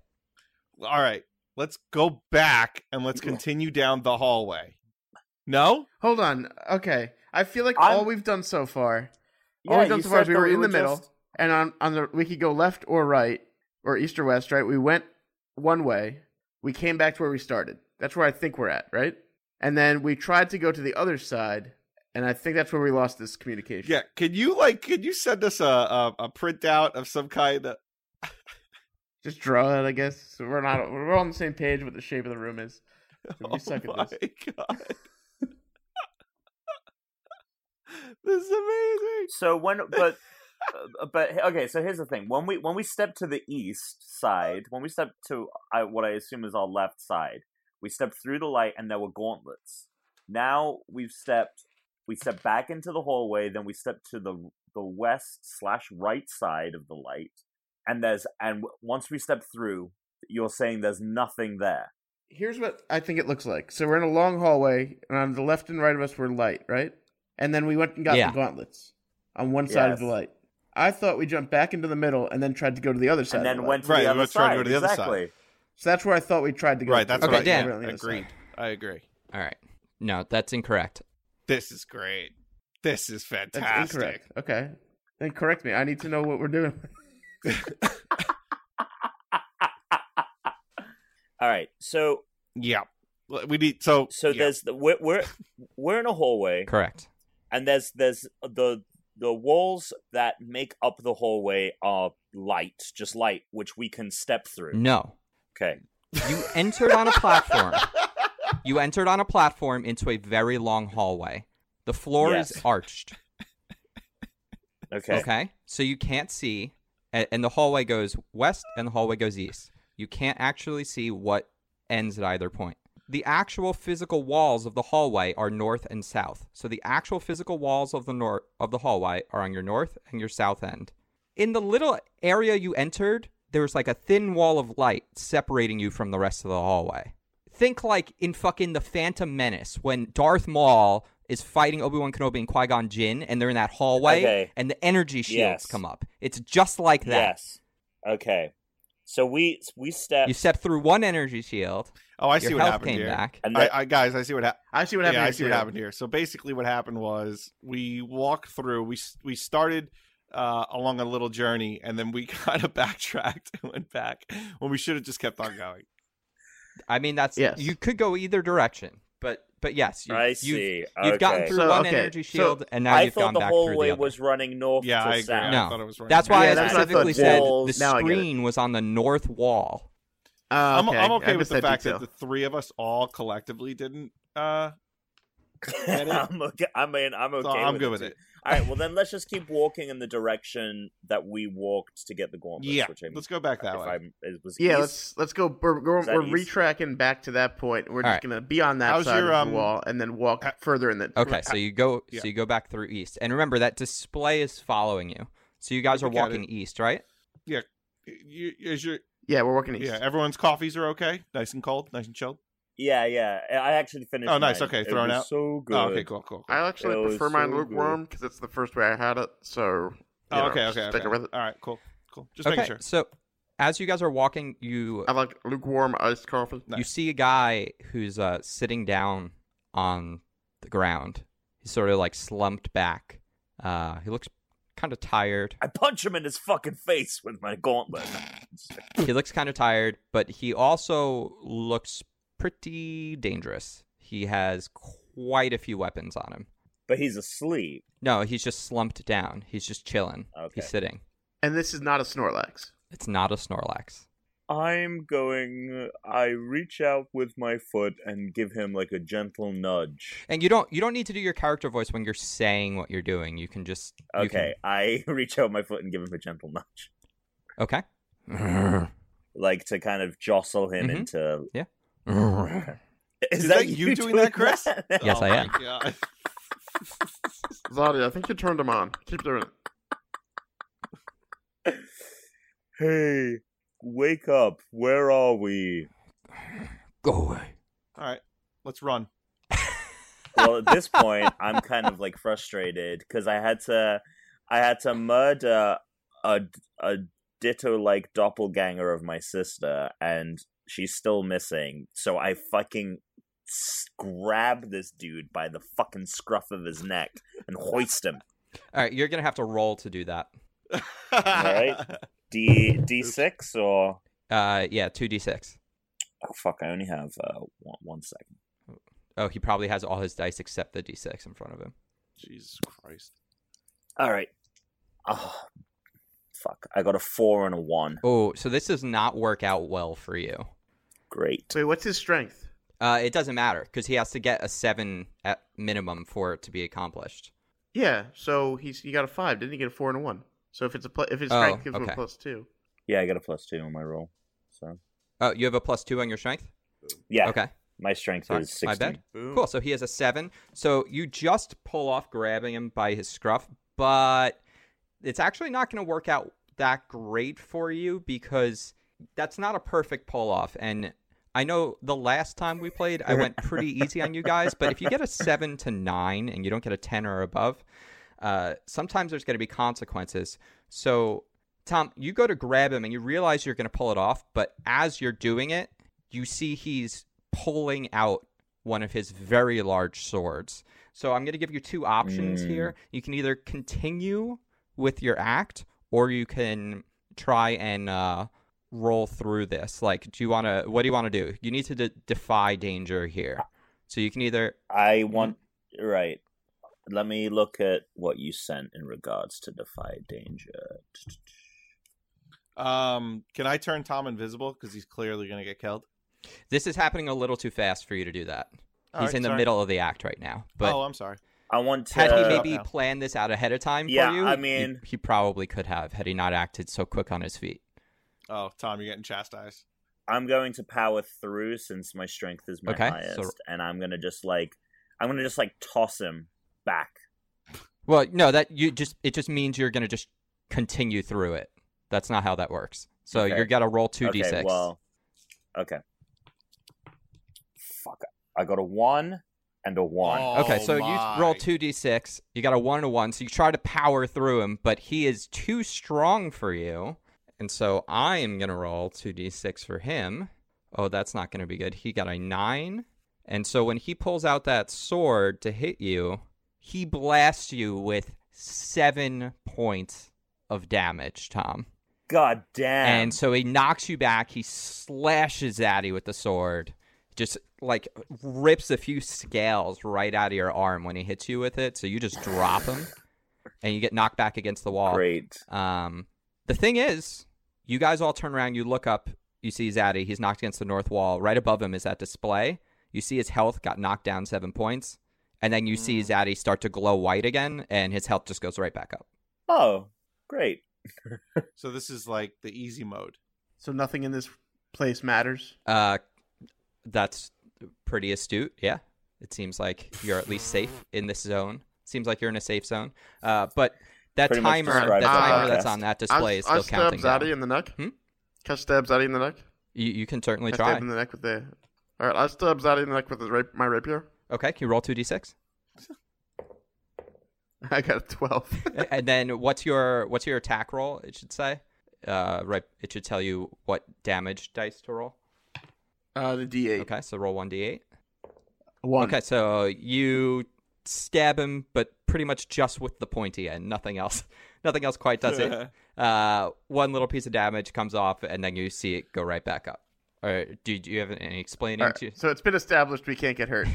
Speaker 3: All right, let's go back and let's continue down the hallway. No,
Speaker 4: Hold on. Okay. I feel like
Speaker 9: I'm-
Speaker 4: all we've done so far, all
Speaker 9: Yeah,
Speaker 4: we've done
Speaker 9: you
Speaker 4: so far is
Speaker 9: said
Speaker 4: we
Speaker 9: that
Speaker 4: were in the
Speaker 9: just-
Speaker 4: middle, and on on the we could go left or right or east or west. Right. We went one way. We came back to where we started. That's where I think we're at. Right. And then we tried to go to the other side, and I think that's where we lost this communication.
Speaker 3: yeah. Can you like? Could you send us a a, a printout of some kind? Of,
Speaker 4: Just draw it, I guess. So we're not. We're all on the same page. What the shape of the room is. We
Speaker 3: oh
Speaker 4: suck
Speaker 3: my
Speaker 4: at this.
Speaker 3: god, this is amazing.
Speaker 9: So when, but, uh, but okay. So here's the thing: when we when we step to the east side, when we step to I, what I assume is our left side, we stepped through the light, and there were gauntlets. Now we've stepped, we stepped back into the hallway. Then we stepped to the the west slash right side of the light, and there's and w- once we step through, you're saying there's nothing there.
Speaker 4: here's what I think it looks like. So we're in a long hallway, and on the left and right of us were light, right? And then we went and got
Speaker 1: Yeah.
Speaker 4: the gauntlets on one side of the
Speaker 9: Yes.
Speaker 4: light. I thought we jumped back into the middle and then tried to go to the other side.
Speaker 9: And
Speaker 4: of
Speaker 9: then
Speaker 4: the light.
Speaker 9: went to
Speaker 3: Right, we
Speaker 9: the other
Speaker 3: tried to
Speaker 9: side.
Speaker 3: go to the other side.
Speaker 9: exactly.
Speaker 4: So that's where I thought we tried to go.
Speaker 3: Right, that's
Speaker 1: Okay,
Speaker 3: what
Speaker 1: Dan.
Speaker 3: I,
Speaker 4: on the other
Speaker 3: agreed.
Speaker 4: side.
Speaker 3: I agree.
Speaker 1: All right. No, that's incorrect.
Speaker 3: This is great. This is
Speaker 4: That's
Speaker 3: fantastic.
Speaker 4: incorrect. Okay, then correct me. I need to know what we're doing.
Speaker 9: All right. So
Speaker 3: Yeah, Well, we need so
Speaker 9: so
Speaker 3: yeah.
Speaker 9: there's the, we're we're we're in a hallway.
Speaker 1: Correct.
Speaker 9: and there's there's the the walls that make up the hallway are light, just light, which we can step through.
Speaker 1: No.
Speaker 9: Okay.
Speaker 1: You entered on a platform. You entered on a platform into a very long hallway. The floor is
Speaker 9: Yes.
Speaker 1: arched.
Speaker 9: Okay.
Speaker 1: Okay. So you can't see, and, and the hallway goes west and the hallway goes east. You can't actually see what ends at either point. The actual physical walls of the hallway are north and south. So the actual physical walls of the north of the hallway are on your north and your south end. In the little area you entered, there was like a thin wall of light separating you from the rest of the hallway. Think like in fucking the Phantom Menace when Darth Maul is fighting Obi Wan Kenobi and Qui Gon Jinn, and they're in that hallway,
Speaker 9: Okay.
Speaker 1: and the energy shields
Speaker 9: Yes.
Speaker 1: come up. It's just like that.
Speaker 9: Yes. Okay. So we we step.
Speaker 1: You step through one energy shield,
Speaker 3: Oh, I
Speaker 1: your
Speaker 3: see what
Speaker 1: health
Speaker 3: happened
Speaker 1: came
Speaker 3: here.
Speaker 1: back.
Speaker 9: and
Speaker 3: I, I guys, I see what happened.
Speaker 4: I see what
Speaker 3: yeah,
Speaker 4: happened.
Speaker 3: I
Speaker 4: here,
Speaker 3: see what
Speaker 4: too.
Speaker 3: happened here. So basically, what happened was we walked through. We s- we started uh, along a little journey, and then we kind of backtracked and went back when we should have just kept on going.
Speaker 1: I mean, that's
Speaker 4: Yes.
Speaker 1: you could go either direction, but but yes, you,
Speaker 9: I
Speaker 1: you've-
Speaker 9: see.
Speaker 1: You've, gotten
Speaker 9: Okay.
Speaker 1: through
Speaker 4: So,
Speaker 1: one
Speaker 4: okay.
Speaker 1: energy
Speaker 4: So,
Speaker 1: shield, and now
Speaker 9: I
Speaker 1: you've
Speaker 9: thought
Speaker 1: gone
Speaker 9: the
Speaker 1: back
Speaker 9: whole
Speaker 1: through
Speaker 9: way
Speaker 1: the other.
Speaker 9: was running north
Speaker 3: Yeah,
Speaker 9: to
Speaker 3: I agree.
Speaker 9: south.
Speaker 1: No.
Speaker 3: I thought it was running.
Speaker 1: That's why
Speaker 4: Yeah,
Speaker 1: I
Speaker 4: that's what I thought,
Speaker 1: specifically said
Speaker 9: walls.
Speaker 1: the
Speaker 4: Now I get it.
Speaker 1: screen was on the north wall.
Speaker 4: Oh,
Speaker 3: I'm I'm
Speaker 4: okay.
Speaker 3: okay,
Speaker 4: I
Speaker 3: with
Speaker 4: missed
Speaker 3: the fact
Speaker 4: detail.
Speaker 3: that the three of us all collectively didn't. Uh, Get it?
Speaker 9: I'm okay. I mean, I'm okay.
Speaker 3: so I'm
Speaker 9: with
Speaker 3: good with it.
Speaker 9: All right. Well, then let's just keep walking in the direction that we walked to get the gauntlets.
Speaker 3: Yeah,
Speaker 9: Which I
Speaker 3: let's go back that
Speaker 9: if
Speaker 3: way.
Speaker 9: I'm- it was
Speaker 4: Yeah,
Speaker 9: east.
Speaker 4: let's let's go. We're,
Speaker 9: Is
Speaker 4: we're,
Speaker 9: that
Speaker 4: we're
Speaker 9: east?
Speaker 4: retracking back to that point. We're just
Speaker 1: Alright.
Speaker 4: gonna be on that
Speaker 3: How's
Speaker 4: side
Speaker 3: your,
Speaker 4: of
Speaker 3: um,
Speaker 4: the wall and then walk
Speaker 3: ha-
Speaker 4: further in the.
Speaker 1: Okay, so you go
Speaker 3: Yeah.
Speaker 1: so you go back through east, and remember that display is following you. So you guys
Speaker 3: We
Speaker 1: are
Speaker 3: got
Speaker 1: walking east, right?
Speaker 3: You, is your
Speaker 4: Yeah, we're working east.
Speaker 3: yeah? Everyone's coffees are okay, nice and cold, nice and chilled.
Speaker 9: Yeah, yeah. I actually finished.
Speaker 3: Oh, nice.
Speaker 9: mine.
Speaker 3: Okay,
Speaker 9: It
Speaker 3: thrown
Speaker 9: was
Speaker 3: out.
Speaker 9: So good.
Speaker 3: Oh, okay, cool, cool. cool.
Speaker 4: I actually
Speaker 9: It was
Speaker 4: prefer mine
Speaker 9: so
Speaker 4: lukewarm because it's the first way I had it. So. you
Speaker 3: Oh,
Speaker 4: know,
Speaker 3: okay,
Speaker 4: just
Speaker 3: okay,
Speaker 4: sticking
Speaker 3: okay.
Speaker 4: with it.
Speaker 3: All right, cool, cool. Just
Speaker 1: okay.
Speaker 3: making sure.
Speaker 1: So as you guys are walking, you
Speaker 4: I like lukewarm iced coffee.
Speaker 1: you see a guy who's uh, sitting down on the ground. He's sort of like slumped back. Uh, he looks kind of tired.
Speaker 9: I punch him in his fucking face with my gauntlet.
Speaker 1: he looks kind of tired, but he also looks pretty dangerous. He has quite a few weapons on him.
Speaker 9: but he's asleep.
Speaker 1: No, he's just slumped down. He's just chilling.
Speaker 9: Okay.
Speaker 1: He's sitting.
Speaker 4: And this is not a Snorlax.
Speaker 1: It's not a Snorlax.
Speaker 9: I'm going. I reach out with my foot and give him like a gentle nudge.
Speaker 1: And you don't you don't need to do your character voice when you're saying what you're doing. You can just you can-
Speaker 9: Okay, I reach out my foot and give him a gentle nudge,
Speaker 1: okay.
Speaker 9: like to kind of jostle him
Speaker 1: Mhm.
Speaker 9: into.
Speaker 1: Yeah.
Speaker 9: Is,
Speaker 3: Is
Speaker 9: that,
Speaker 3: Mm-hmm. that you doing that, Chris?
Speaker 9: that?
Speaker 1: Yes,
Speaker 3: oh,
Speaker 1: I
Speaker 3: my
Speaker 1: am.
Speaker 3: God.
Speaker 4: Zadi, I think you turned them on. Keep doing it.
Speaker 9: hey, wake up! Where are we?
Speaker 1: Go away.
Speaker 3: All right, let's run.
Speaker 9: well at this point i'm kind of like frustrated because i had to i had to murder a, a ditto like doppelganger of my sister and she's still missing so i fucking s- grab this dude by the fucking scruff of his neck and hoist him
Speaker 1: All right, you're gonna have to roll to do that.
Speaker 3: All
Speaker 9: right. d d6 or
Speaker 1: Uh, yeah, two d six.
Speaker 9: oh fuck i only have uh one, one second
Speaker 1: Oh, he probably has all his dice except the d six in front of him.
Speaker 3: Jesus Christ.
Speaker 9: all right oh fuck i got a four and a one
Speaker 1: Oh, so this does not work out well for you.
Speaker 9: great
Speaker 4: Wait, what's his strength?
Speaker 1: Uh, it doesn't matter because he has to get a seven at minimum for it to be accomplished.
Speaker 4: Yeah, so he's he got a five. Didn't he get a four and a one? So if it's a pl- if his
Speaker 1: Oh,
Speaker 4: strength gives him
Speaker 1: okay.
Speaker 4: a plus two.
Speaker 9: Yeah, I got a plus two on my roll. So
Speaker 1: Oh, you have a plus two on your strength.
Speaker 9: yeah,
Speaker 1: Okay.
Speaker 9: my strength
Speaker 1: Sorry,
Speaker 9: is
Speaker 1: my
Speaker 9: sixteen.
Speaker 1: bad. Cool. So he has a seven. So you just pull off grabbing him by his scruff, but it's actually not going to work out that great for you because that's not a perfect pull off. And I know the last time we played, I went pretty easy on you guys, but if you get a seven to nine and you don't get a 10 or above, uh, sometimes there's going to be consequences. So, Tom, you go to grab him and you realize you're going to pull it off, but as you're doing it, you see he's pulling out one of his very large swords. So I'm going to give you two options
Speaker 9: Mm.
Speaker 1: here. You can either continue with your act or you can try and uh, roll through this. Like, do you want to, what do you want to do? You need to de- defy danger here. So you can either,
Speaker 9: I
Speaker 1: Mm-hmm.
Speaker 9: want right. Let me look at what you sent in regards to defy danger.
Speaker 3: Um, can I turn Tom invisible because he's clearly going to get killed?
Speaker 1: this is happening a little too fast for you to do that.
Speaker 3: All
Speaker 1: He's
Speaker 3: right,
Speaker 1: in the
Speaker 3: sorry.
Speaker 1: middle of the act right now. But
Speaker 3: oh, I'm sorry.
Speaker 9: I want to.
Speaker 1: had he
Speaker 3: Uh,
Speaker 1: maybe
Speaker 3: okay.
Speaker 1: planned this out ahead of time
Speaker 9: Yeah,
Speaker 1: for you,
Speaker 9: I
Speaker 1: he-
Speaker 9: mean-
Speaker 1: he, probably could have had he not acted so quick on his feet.
Speaker 3: Oh, Tom, you're getting chastised.
Speaker 9: I'm going to power through since my strength is my
Speaker 1: Okay, so-
Speaker 9: highest, and I'm gonna just like I'm gonna just like toss him back.
Speaker 1: Well, no, that you just it just means you're gonna just continue through it. That's not how that works. So
Speaker 9: Okay.
Speaker 1: you're gonna roll two
Speaker 9: okay,
Speaker 1: d six.
Speaker 9: Well, okay. Fuck. I got a one and a one.
Speaker 1: Okay,
Speaker 3: Oh
Speaker 1: so
Speaker 3: my.
Speaker 1: you roll two d six. You got a one and a one, so you try to power through him, but he is too strong for you, and so I am gonna roll two d six for him. Oh, that's not gonna be good. He got a nine, and so when he pulls out that sword to hit you, he blasts you with seven points of damage, Tom.
Speaker 9: God damn.
Speaker 1: And so he knocks you back. He slashes at you with the sword, just like rips a few scales right out of your arm when he hits you with it. So you just drop him, and you get knocked back against the wall.
Speaker 9: Great.
Speaker 1: Um, the thing is, you guys all turn around. You look up. You see Zaddy. He's knocked against the north wall. Right above him is that display. You see his health got knocked down seven points, and then you
Speaker 9: Mm.
Speaker 1: see Zaddy start to glow white again, and his health just goes right back up.
Speaker 9: Oh, great.
Speaker 3: So this is like the easy mode.
Speaker 4: So nothing in this place matters.
Speaker 1: Uh, that's pretty astute. Yeah, it seems like you're at least safe in this zone. Seems like you're in a safe zone. Uh, but that
Speaker 9: Pretty much
Speaker 1: timer, that
Speaker 9: describes the
Speaker 1: timer
Speaker 4: podcast.
Speaker 1: that's on that display is
Speaker 4: I,
Speaker 1: still
Speaker 4: I stab
Speaker 1: counting. down.
Speaker 4: Zaddy in the neck.
Speaker 1: Hmm?
Speaker 4: Can I stab Zaddy in the neck?
Speaker 1: You, you can certainly
Speaker 4: I
Speaker 1: try.
Speaker 4: stab him in the neck with the. All right, I stab Zaddy in the neck with the rap- my rapier.
Speaker 1: Okay, can you roll two d six?
Speaker 4: I got a twelve.
Speaker 1: and then what's your what's your attack roll? It should say. Uh, right. It should tell you what damage dice to roll.
Speaker 4: uh, the D eight.
Speaker 1: Okay, so roll one d eight.
Speaker 4: One.
Speaker 1: Okay, so you stab him, but pretty much just with the pointy end. Nothing else. Nothing else quite does it. uh, one little piece of damage comes off, and then you see it go right back up. Or do, do you have any explaining
Speaker 4: All right,
Speaker 1: to?
Speaker 4: So it's been established we can't get hurt.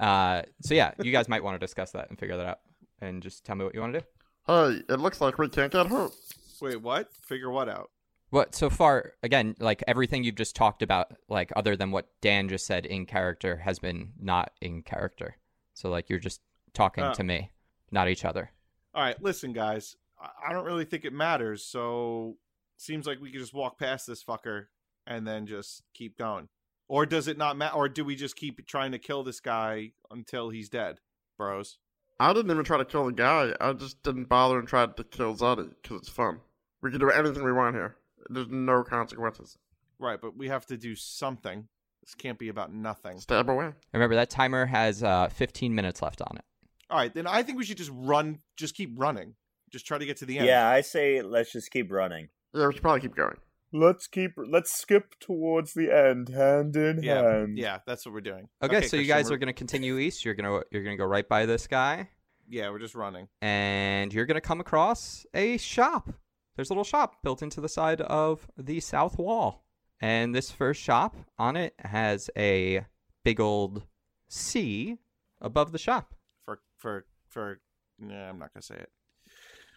Speaker 1: Uh, so yeah, you guys might want to discuss that and figure that out, and just tell me what you want to do.
Speaker 4: hey, it looks like we can't get hurt.
Speaker 3: Wait, what? Figure what out?
Speaker 1: What so far? Again, like everything you've just talked about, like other than what Dan just said in character, has been not in character. So like you're just talking
Speaker 3: Oh.
Speaker 1: to me, not each other.
Speaker 3: All right, listen, guys. I- I don't really think it matters. So seems like we could just walk past this fucker and then just keep going. Or does it not matter? Or do we just keep trying to kill this guy until he's dead, bros?
Speaker 4: I didn't even try to kill the guy. I just didn't bother and tried to kill Zaddy because it's fun. We can do anything we want here. There's no consequences.
Speaker 3: Right, but we have to do something. This can't be about nothing.
Speaker 4: Stab away.
Speaker 1: Remember that timer has uh, 15 minutes left on it.
Speaker 3: All right, then I think we should just run. Just keep running. Just try to get to the
Speaker 9: Yeah.
Speaker 3: end.
Speaker 9: I say let's just keep running.
Speaker 4: Yeah, we should probably keep going.
Speaker 9: Let's keep. Let's skip towards the end, hand in
Speaker 3: yeah, yeah. That's what we're doing.
Speaker 1: Okay, so you
Speaker 3: Christian,
Speaker 1: guys
Speaker 3: we're-
Speaker 1: are gonna continue east. You're gonna you're gonna go right by this guy.
Speaker 3: Yeah, we're just running.
Speaker 1: and you're going to come across a shop. There's a little shop built into the side of the south wall. And this first shop on it has a big old C above the shop.
Speaker 3: for for for yeah, I'm not gonna say it.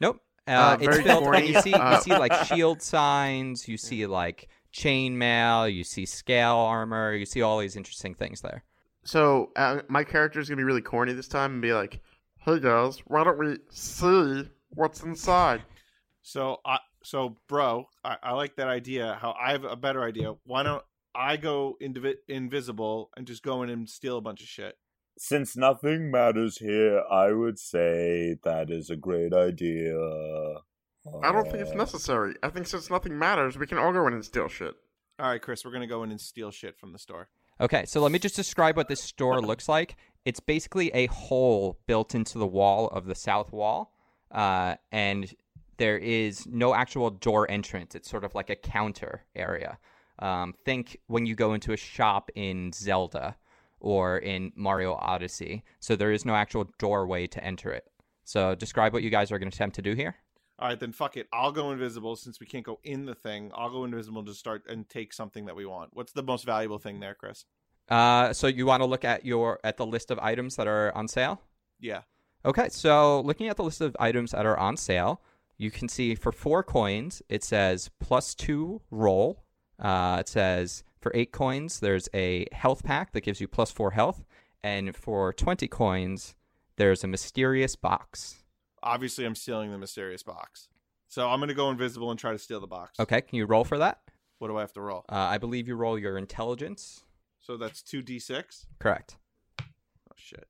Speaker 1: Nope. Uh,
Speaker 4: Uh,
Speaker 1: it's
Speaker 4: very
Speaker 1: built, and
Speaker 4: corny.
Speaker 1: you see, you
Speaker 4: Uh,
Speaker 1: see like shield signs, you see like chainmail, you see scale armor, you see all these interesting things there.
Speaker 4: So uh, my character is gonna be really corny this time and be like, "Hey guys, why don't we see what's inside?"
Speaker 3: So I so bro, I, I like that idea. How I have a better idea. Why don't I go indivi- invisible and just go in and steal a bunch of shit?
Speaker 9: Since nothing matters here, I would say that is a great idea.
Speaker 4: I don't think it's
Speaker 9: Uh,
Speaker 4: necessary. I think since nothing matters, we can all go in and steal shit.
Speaker 3: All right, Chris, we're gonna go in and steal shit from the store.
Speaker 1: Okay, so let me just describe what this store looks like. It's basically a hole built into the wall of the south wall, uh, and there is no actual door entrance. It's sort of like a counter area. Um, think when you go into a shop in Zelda or in Mario Odyssey. So there is no actual doorway to enter it. So describe what you guys are going to attempt to do here.
Speaker 3: All right, then fuck it. I'll go invisible since we can't go in the thing. I'll go invisible and just start and take something that we want. What's the most valuable thing there, Chris?
Speaker 1: Uh, so you want to look at your at the list of items that are on sale.
Speaker 3: Yeah.
Speaker 1: Okay, so looking at the list of items that are on sale, you can see for four coins, it says plus two roll. Uh, it says for eight coins, there's a health pack that gives you plus four health. And for 20 coins, there's a mysterious box.
Speaker 3: Obviously, I'm stealing the mysterious box. So I'm gonna go invisible and try to steal the box.
Speaker 1: Okay, can you roll for that?
Speaker 3: What do I have to roll?
Speaker 1: Uh, I believe you roll your intelligence.
Speaker 3: So that's two d six.
Speaker 1: Correct.
Speaker 3: Oh shit.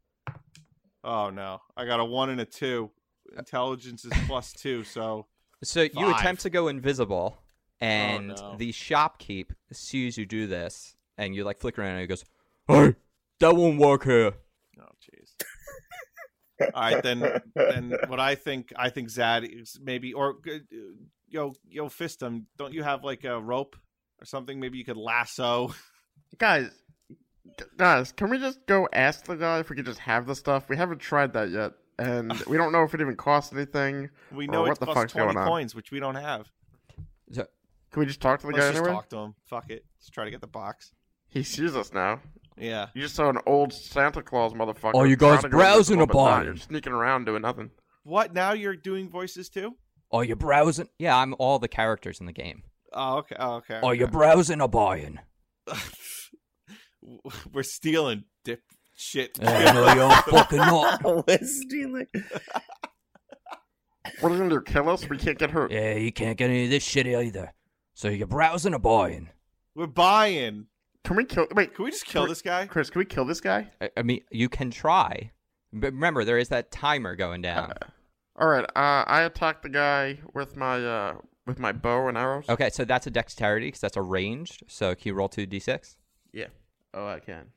Speaker 3: Oh no. I got a one and a two. Intelligence is plus two, so
Speaker 1: So you
Speaker 3: Five. Oh,
Speaker 1: attempt to go invisible, and
Speaker 3: no.
Speaker 1: the shopkeep sees you do this, and you like flicker around, and he goes, "Hey,
Speaker 2: That won't work here.
Speaker 3: Oh, jeez. All right, then. Then what I think, I think Zad is maybe, or uh, yo, yo, Fistum, don't you have like a rope or something? Maybe you could lasso.
Speaker 4: guys, g- guys, can we just go ask the guy if we could just have the stuff? We haven't tried that yet, and we don't know if it even costs anything.
Speaker 3: We
Speaker 4: Or
Speaker 3: know
Speaker 4: what
Speaker 3: it
Speaker 4: the
Speaker 3: costs
Speaker 4: fuck's
Speaker 3: twenty
Speaker 4: going on?
Speaker 3: coins, which we don't have.
Speaker 4: Can we just talk to the
Speaker 3: Let's
Speaker 4: guy
Speaker 3: just
Speaker 4: anyway?
Speaker 3: talk to him. Fuck it. Let's try to get the box.
Speaker 4: He sees us now.
Speaker 3: Yeah.
Speaker 4: You just saw an old Santa Claus motherfucker.
Speaker 2: Oh, you
Speaker 4: trying
Speaker 2: guys
Speaker 4: to go in the
Speaker 2: browsing
Speaker 4: club at
Speaker 2: upon
Speaker 4: night.
Speaker 2: him.
Speaker 4: You're sneaking around doing nothing.
Speaker 3: What? Now you're doing voices too?
Speaker 1: Are you browsing? Yeah, I'm all the characters in the game.
Speaker 3: Oh, okay. Oh, okay.
Speaker 1: Are you browsing or buying?
Speaker 3: We're stealing dip shit.
Speaker 1: Uh, no, you're fucking not.
Speaker 9: We're stealing.
Speaker 4: What are you gonna do? Kill us? We can't get hurt.
Speaker 1: Yeah, you can't get any of this shit either. So you're browsing or buying?
Speaker 3: We're buying.
Speaker 4: Can we kill? Wait,
Speaker 3: Can we just kill this guy?
Speaker 4: Chris, can we kill this guy?
Speaker 1: I, I mean, you can try. But remember, there is that timer going down.
Speaker 4: All right. Uh, I attacked the guy with my uh with my bow and arrows.
Speaker 1: Okay, so that's a dexterity because that's a ranged. So can you roll 2d6?
Speaker 4: Yeah. Oh, I can.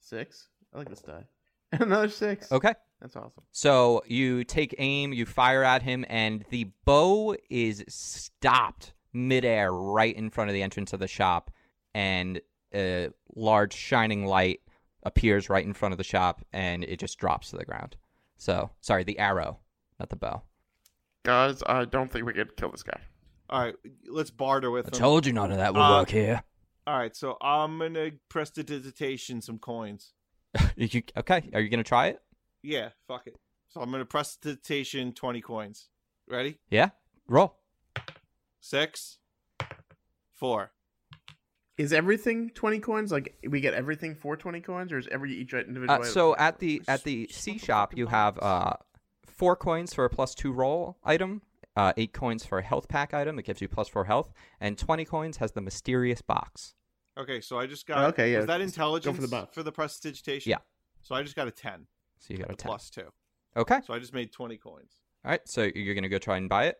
Speaker 4: Six. I like this die. And another six.
Speaker 1: Okay.
Speaker 4: That's awesome.
Speaker 1: So you take aim, you fire at him, and the bow is stopped midair right in front of the entrance of the shop, and a large shining light appears right in front of the shop, and it just drops to the ground. So sorry, the arrow, not the bow.
Speaker 4: Guys, I don't think we could kill this guy.
Speaker 3: All right, let's barter with him.
Speaker 1: you none of that
Speaker 3: would Uh, work
Speaker 1: here.
Speaker 3: All right, so I'm gonna press the digitation some coins.
Speaker 1: okay, are you gonna try it?
Speaker 3: Yeah, fuck it. So I'm gonna press the digitation twenty coins. Ready?
Speaker 1: Yeah, roll.
Speaker 3: Six, four.
Speaker 4: Is everything twenty coins? Like we get everything for twenty coins, or is every each individual?
Speaker 1: Uh, so at the at the C shop, you have uh, four coins for a plus two roll item, uh, eight coins for a health pack item that gives you plus four health, and twenty coins has the mysterious box.
Speaker 3: Okay, so I just got.
Speaker 4: Oh, Okay, yeah,
Speaker 3: Was that
Speaker 4: let's go for the
Speaker 3: intelligence
Speaker 4: buff.
Speaker 3: for the prestidigitation?
Speaker 1: Yeah.
Speaker 3: So I just got a ten,
Speaker 1: So you got a
Speaker 3: the
Speaker 1: ten.
Speaker 3: plus two.
Speaker 1: Okay.
Speaker 3: So I just made twenty coins.
Speaker 1: All right. So you're gonna go try and buy it.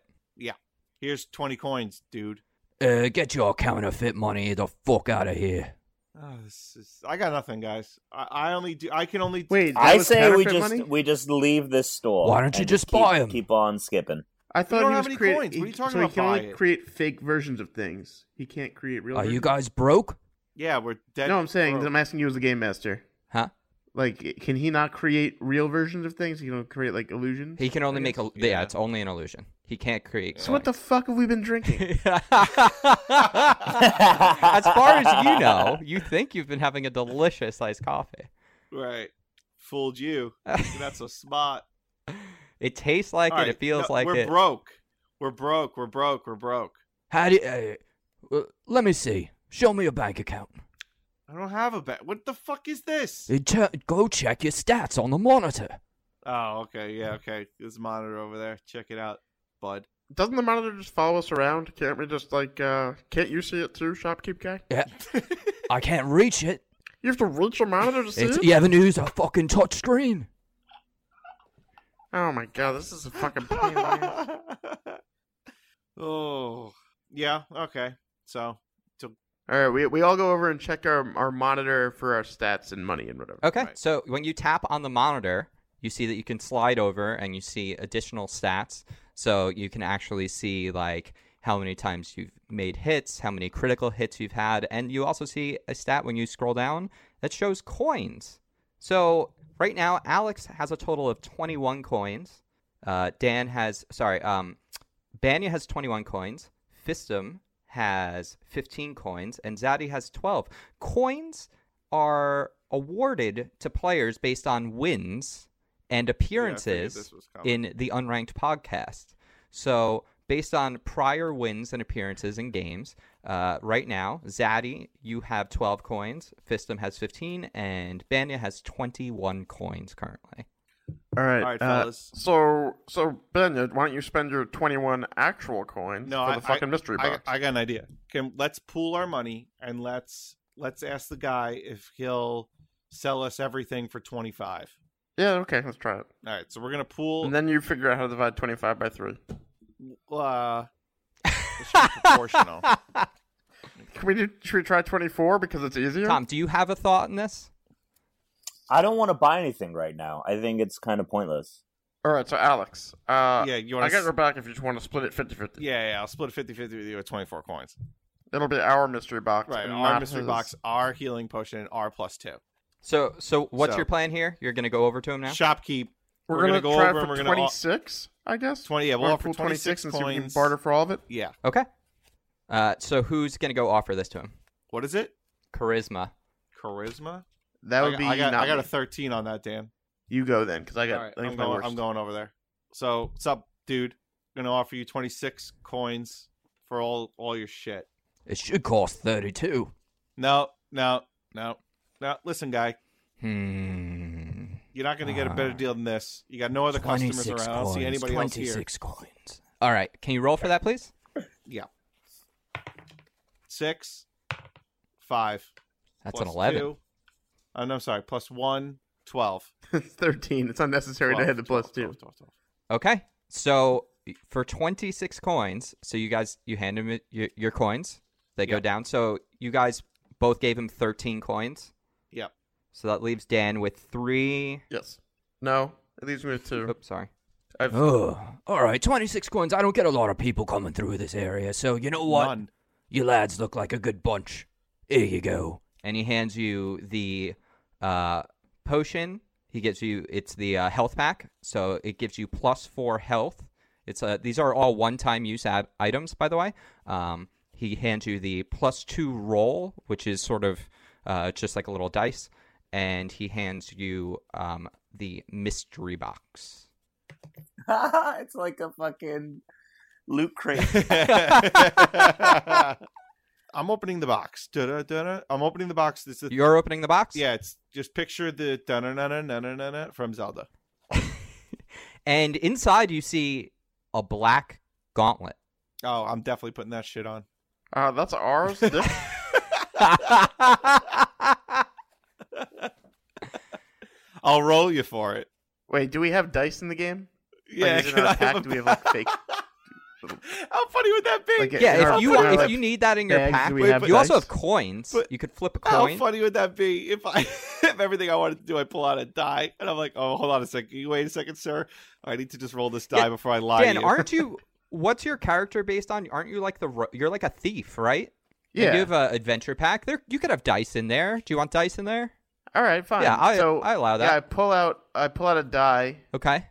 Speaker 3: Here's twenty coins, dude.
Speaker 1: Uh, get your counterfeit money the fuck out of here.
Speaker 3: Oh, this is, I got nothing, guys. I, I only do. I can only.
Speaker 4: wait, that
Speaker 9: I
Speaker 4: was
Speaker 9: say we
Speaker 4: counterfeit
Speaker 9: just
Speaker 4: money?
Speaker 9: we just leave this store.
Speaker 1: Why don't you
Speaker 9: and
Speaker 1: just
Speaker 9: keep-
Speaker 1: buy 'em?
Speaker 9: Keep on skipping.
Speaker 4: I thought
Speaker 3: don't
Speaker 4: he
Speaker 3: have
Speaker 4: was
Speaker 3: any
Speaker 4: create-
Speaker 3: coins.
Speaker 4: he-
Speaker 3: What are you talking
Speaker 4: so
Speaker 3: about?
Speaker 4: he can
Speaker 3: Buy
Speaker 4: only
Speaker 3: it.
Speaker 4: create fake versions of things. He can't create real.
Speaker 1: Are Uh, you
Speaker 4: versions.
Speaker 1: guys broke?
Speaker 3: Yeah, we're dead.
Speaker 4: No, I'm saying
Speaker 3: broke.
Speaker 4: I'm asking you as the game master.
Speaker 1: Huh?
Speaker 4: Like, can he not create real versions of things? He don't create like illusions.
Speaker 1: He can only
Speaker 4: I
Speaker 1: make a
Speaker 4: guess?
Speaker 1: yeah.
Speaker 3: yeah.
Speaker 1: It's only an illusion. He can't create.
Speaker 4: So what the fuck have we been drinking?
Speaker 1: as far as you know, you think you've been having a delicious iced coffee.
Speaker 3: right. Fooled you. You're not so smart.
Speaker 1: It tastes like
Speaker 3: All
Speaker 1: it.
Speaker 3: right,
Speaker 1: It feels
Speaker 3: no,
Speaker 1: like
Speaker 3: we're
Speaker 1: it.
Speaker 3: broke. We're broke. We're broke. We're broke.
Speaker 1: How do uh, uh, let me see. Show me your bank account.
Speaker 3: I don't have a bet. What the fuck is this?
Speaker 1: Uh, che- go check your stats on the monitor.
Speaker 3: Oh, okay. Yeah, okay. This monitor over there. Check it out, bud.
Speaker 4: Doesn't the monitor just follow us around? Can't we just like uh can't you see it too, shopkeep guy?
Speaker 1: Yeah. I can't reach it.
Speaker 4: You have to reach your monitor to see
Speaker 1: It's,
Speaker 4: it?
Speaker 1: you haven't used a fucking touch screen.
Speaker 4: Oh my god, this is a fucking pain. in the ass.
Speaker 3: oh, yeah. Okay. So,
Speaker 4: Alright, we we all go over and check our, our monitor for our stats and money and whatever.
Speaker 1: Okay,
Speaker 3: Right.
Speaker 1: so when you tap on the monitor, you see that you can slide over and you see additional stats. So you can actually see like how many times you've made hits, how many critical hits you've had, and you also see a stat when you scroll down that shows coins. So right now, Alex has a total of 21 coins. Uh, Dan has sorry, um, Banya has 21 coins. Fistum has 15 coins, and Zaddy has 12 coins are awarded to players based on wins and appearances
Speaker 3: this was coming.
Speaker 1: in the unranked podcast. So, based on prior wins and appearances in games, uh, right now, Zaddy, you have 12 coins, Fistum has 15, and Banya has 21 coins currently.
Speaker 4: Alright.
Speaker 3: Alright,
Speaker 4: uh,
Speaker 3: fellas.
Speaker 4: so so Ben, uh, why don't you spend your twenty one actual coins
Speaker 3: no,
Speaker 4: for
Speaker 3: I,
Speaker 4: the fucking
Speaker 3: I,
Speaker 4: mystery
Speaker 3: I,
Speaker 4: box?
Speaker 3: I got an idea. Can let's pool our money and let's let's ask the guy if he'll sell us everything for twenty five.
Speaker 4: yeah, okay, let's try it.
Speaker 3: All right. So we're gonna pool.
Speaker 4: And then you figure out how to divide twenty five by three.
Speaker 3: uh, it should be proportional.
Speaker 4: Can we do should we try twenty four because it's easier?
Speaker 1: Tom, do you have a thought on this?
Speaker 9: I don't want to buy anything right now. I think it's kind of pointless.
Speaker 4: All right, so Alex, uh,
Speaker 3: yeah, you
Speaker 4: I
Speaker 3: want
Speaker 4: got your back if you just want to split it 50 50.
Speaker 3: Yeah, yeah, I'll split 50 50 with you with 24 coins.
Speaker 4: It'll be our mystery box.
Speaker 3: Right,
Speaker 4: and
Speaker 3: our
Speaker 4: not
Speaker 3: mystery
Speaker 4: his.
Speaker 3: box, our healing potion, and our plus two.
Speaker 1: So, so what's
Speaker 3: So-
Speaker 1: your plan here? You're gonna go over to him now.
Speaker 3: Shopkeep.
Speaker 4: We're,
Speaker 3: We're
Speaker 4: gonna,
Speaker 3: gonna go
Speaker 4: try
Speaker 3: over and
Speaker 4: for
Speaker 3: we're gonna all-
Speaker 4: 26, I guess.
Speaker 3: 20, yeah, we'll
Speaker 4: Or
Speaker 3: offer
Speaker 4: full
Speaker 3: 26
Speaker 4: and see if we can
Speaker 3: coins.
Speaker 4: barter for all of it.
Speaker 3: Yeah.
Speaker 1: Okay. Uh, so who's gonna go offer this to him?
Speaker 3: What is it?
Speaker 1: Charisma.
Speaker 3: Charisma.
Speaker 4: That would
Speaker 3: I,
Speaker 4: be
Speaker 3: I got,
Speaker 4: not
Speaker 3: I got a
Speaker 4: me.
Speaker 3: 13 on that, Dan.
Speaker 4: You go then, because I got.
Speaker 3: All right,
Speaker 4: I think
Speaker 3: I'm
Speaker 4: my
Speaker 3: going.
Speaker 4: worst.
Speaker 3: I'm going over there. So, what's up, dude? gonna offer you 26 coins for all all your shit.
Speaker 1: It should cost thirty-two.
Speaker 3: No, no, no, no. Listen, guy,
Speaker 1: Hmm.
Speaker 3: you're not gonna get a
Speaker 4: Ah.
Speaker 3: better deal than this. You got no other customers around. I don't see anybody else here.
Speaker 1: coins. All right. Can you roll for that, please?
Speaker 3: Six, five.
Speaker 1: That's an
Speaker 3: plus
Speaker 1: eleven.
Speaker 3: Two. Oh, no, I'm sorry. Plus one, 12.
Speaker 4: It's 13. It's unnecessary to
Speaker 3: 12,
Speaker 4: hit the plus
Speaker 3: 12,
Speaker 4: two.
Speaker 3: 12, 12, 12.
Speaker 1: Okay. So for 26 coins, so you guys you hand him your, your coins. They go
Speaker 3: Yep.
Speaker 1: down. So you guys both gave him 13 coins.
Speaker 3: Yep.
Speaker 1: So that leaves Dan with 3
Speaker 4: Yes. No. It leaves me with two.
Speaker 1: Oops, sorry.
Speaker 4: I've-
Speaker 10: Oh, all right, 26 coins. I don't get a lot of people coming through this area, so you know what?
Speaker 3: None.
Speaker 10: You lads look like a good bunch. Here you go.
Speaker 1: And he hands you the uh potion. He gives you it's the uh, health pack, so it gives you plus 4 health. It's uh these are all one-time use ab- items by the way. Um he hands you the plus 2 roll, which is sort of uh just like a little dice. and he hands you um, the mystery box.
Speaker 11: it's like a fucking loot crate.
Speaker 3: I'm opening the box. Da-da, da-da. I'm opening the box. This is
Speaker 1: You're opening the box?
Speaker 3: yeah. It's just picture the da na na na na na na from Zelda.
Speaker 1: And inside you see a black gauntlet.
Speaker 3: Oh, I'm definitely putting that shit on.
Speaker 4: Uh, that's ours. This-
Speaker 3: I'll roll you for it.
Speaker 4: Wait, do we have dice in the game?
Speaker 3: Yeah.
Speaker 4: Like, is it
Speaker 3: can
Speaker 4: in
Speaker 3: I
Speaker 4: our
Speaker 3: have
Speaker 4: pack?
Speaker 3: a-
Speaker 4: Do we have like fake?
Speaker 3: How funny would that be?
Speaker 4: Like, in
Speaker 1: yeah,
Speaker 4: our-
Speaker 1: if you
Speaker 4: in our,
Speaker 1: if
Speaker 4: like,
Speaker 1: you need that in your
Speaker 4: bags,
Speaker 1: pack,
Speaker 4: do we
Speaker 3: wait,
Speaker 4: have
Speaker 3: but-
Speaker 1: you also
Speaker 4: dice?
Speaker 1: have coins.
Speaker 3: But-
Speaker 1: you could flip a
Speaker 3: How
Speaker 1: coin.
Speaker 3: funny would that be if I if everything I wanted to do I pull out a die and I'm like, oh, hold on a second, you wait a second, sir. I need to just roll this die
Speaker 1: Yeah,
Speaker 3: before I lie.
Speaker 1: Dan,
Speaker 3: to you.
Speaker 1: aren't you? What's your character based on? Aren't you like the ro- you're like a thief, right? Like,
Speaker 4: Yeah.
Speaker 1: You have an adventure pack. There, you could have dice in there. Do you want dice in there?
Speaker 4: All right, fine.
Speaker 1: Yeah, I,
Speaker 4: so
Speaker 1: I allow
Speaker 4: yeah, I
Speaker 1: that.
Speaker 4: pull out. I pull out a die,
Speaker 1: Okay.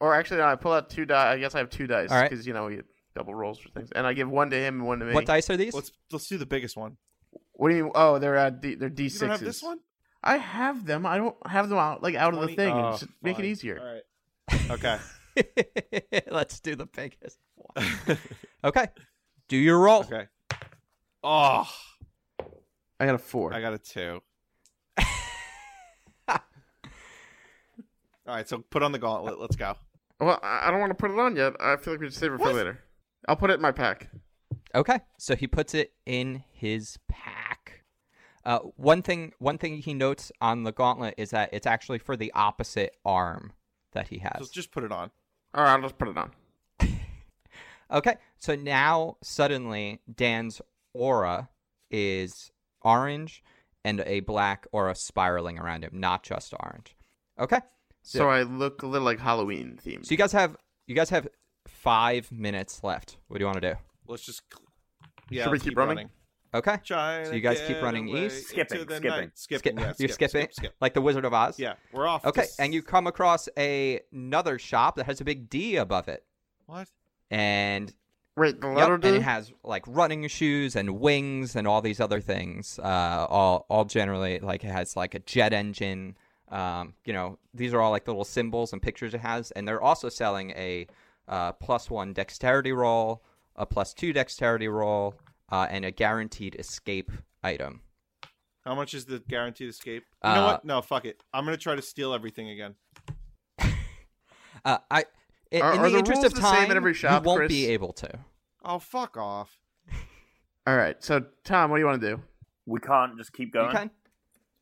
Speaker 4: or actually, no, I pull out two die. I guess I have two dice
Speaker 1: All right.
Speaker 4: because you know you double rolls for things, and I give one to him and one to me.
Speaker 1: What dice are these?
Speaker 3: Let's let's do the biggest one.
Speaker 4: What do you mean? Oh, they're uh, D, they're D
Speaker 3: You
Speaker 4: sixes.
Speaker 3: don't have this one.
Speaker 4: I have them. I don't have them out like out of the
Speaker 3: 20
Speaker 4: thing.
Speaker 3: oh,
Speaker 4: Just make it
Speaker 3: fine.
Speaker 4: easier.
Speaker 3: All right. Okay.
Speaker 1: Let's do the biggest one. Okay. Do your roll.
Speaker 3: okay. Oh,
Speaker 4: I got a four.
Speaker 3: I got a two. All right, so put on the gauntlet. Let's go.
Speaker 4: Well, I I don't want to put it on yet. I feel like we should save it for later. I'll put it in my pack.
Speaker 1: Okay, so he puts it in his pack. Uh, one thing, one thing he notes on the gauntlet is that it's actually for the opposite arm that he has.
Speaker 3: So just put it on.
Speaker 4: All right, I'll just put it on.
Speaker 1: Okay, so now suddenly Dan's aura is orange and a black aura spiraling around him, not just orange. Okay,
Speaker 4: So I look a little like Halloween themed.
Speaker 1: so you guys have you guys have five minutes left. What do you want to do?
Speaker 3: Let's just. Yeah.
Speaker 4: Should we
Speaker 3: let's
Speaker 4: keep running?
Speaker 1: Okay,
Speaker 3: Trying
Speaker 1: So
Speaker 3: to
Speaker 1: you guys keep
Speaker 3: get
Speaker 1: running
Speaker 3: away
Speaker 1: east?
Speaker 3: into
Speaker 9: Skipping,
Speaker 3: the
Speaker 9: skipping.
Speaker 3: night.
Speaker 1: Skip-
Speaker 3: Skipping. yeah,
Speaker 1: you're
Speaker 3: skip,
Speaker 1: skipping
Speaker 3: Skip, skip.
Speaker 1: like the Wizard of Oz.
Speaker 3: Yeah, we're off. to
Speaker 1: Okay,
Speaker 3: s-
Speaker 1: and you come across a another shop that has a big D above it,
Speaker 3: what?
Speaker 1: and
Speaker 4: Wait, the
Speaker 1: yep,
Speaker 4: letter
Speaker 1: and it has like running shoes and wings and all these other things. Uh, all all generally like it has like a jet engine. Um, you know, these are all like the little symbols and pictures it has, and they're also selling a uh, plus one dexterity roll, a plus two dexterity roll, uh, and a guaranteed escape item.
Speaker 3: How much is the guaranteed escape? You know
Speaker 1: Uh,
Speaker 3: what? No, fuck it. I'm gonna try to steal everything again.
Speaker 1: Uh, I in,
Speaker 4: Are-
Speaker 1: in
Speaker 4: are
Speaker 1: the,
Speaker 4: the
Speaker 1: interest
Speaker 4: rules
Speaker 1: of
Speaker 4: the same
Speaker 1: time,
Speaker 4: in every shop,
Speaker 1: you won't
Speaker 4: Chris?
Speaker 1: be able to.
Speaker 3: Oh, fuck off.
Speaker 4: All right, so Tom, what do you want to do?
Speaker 9: We can't just keep
Speaker 1: You
Speaker 9: going.
Speaker 1: can.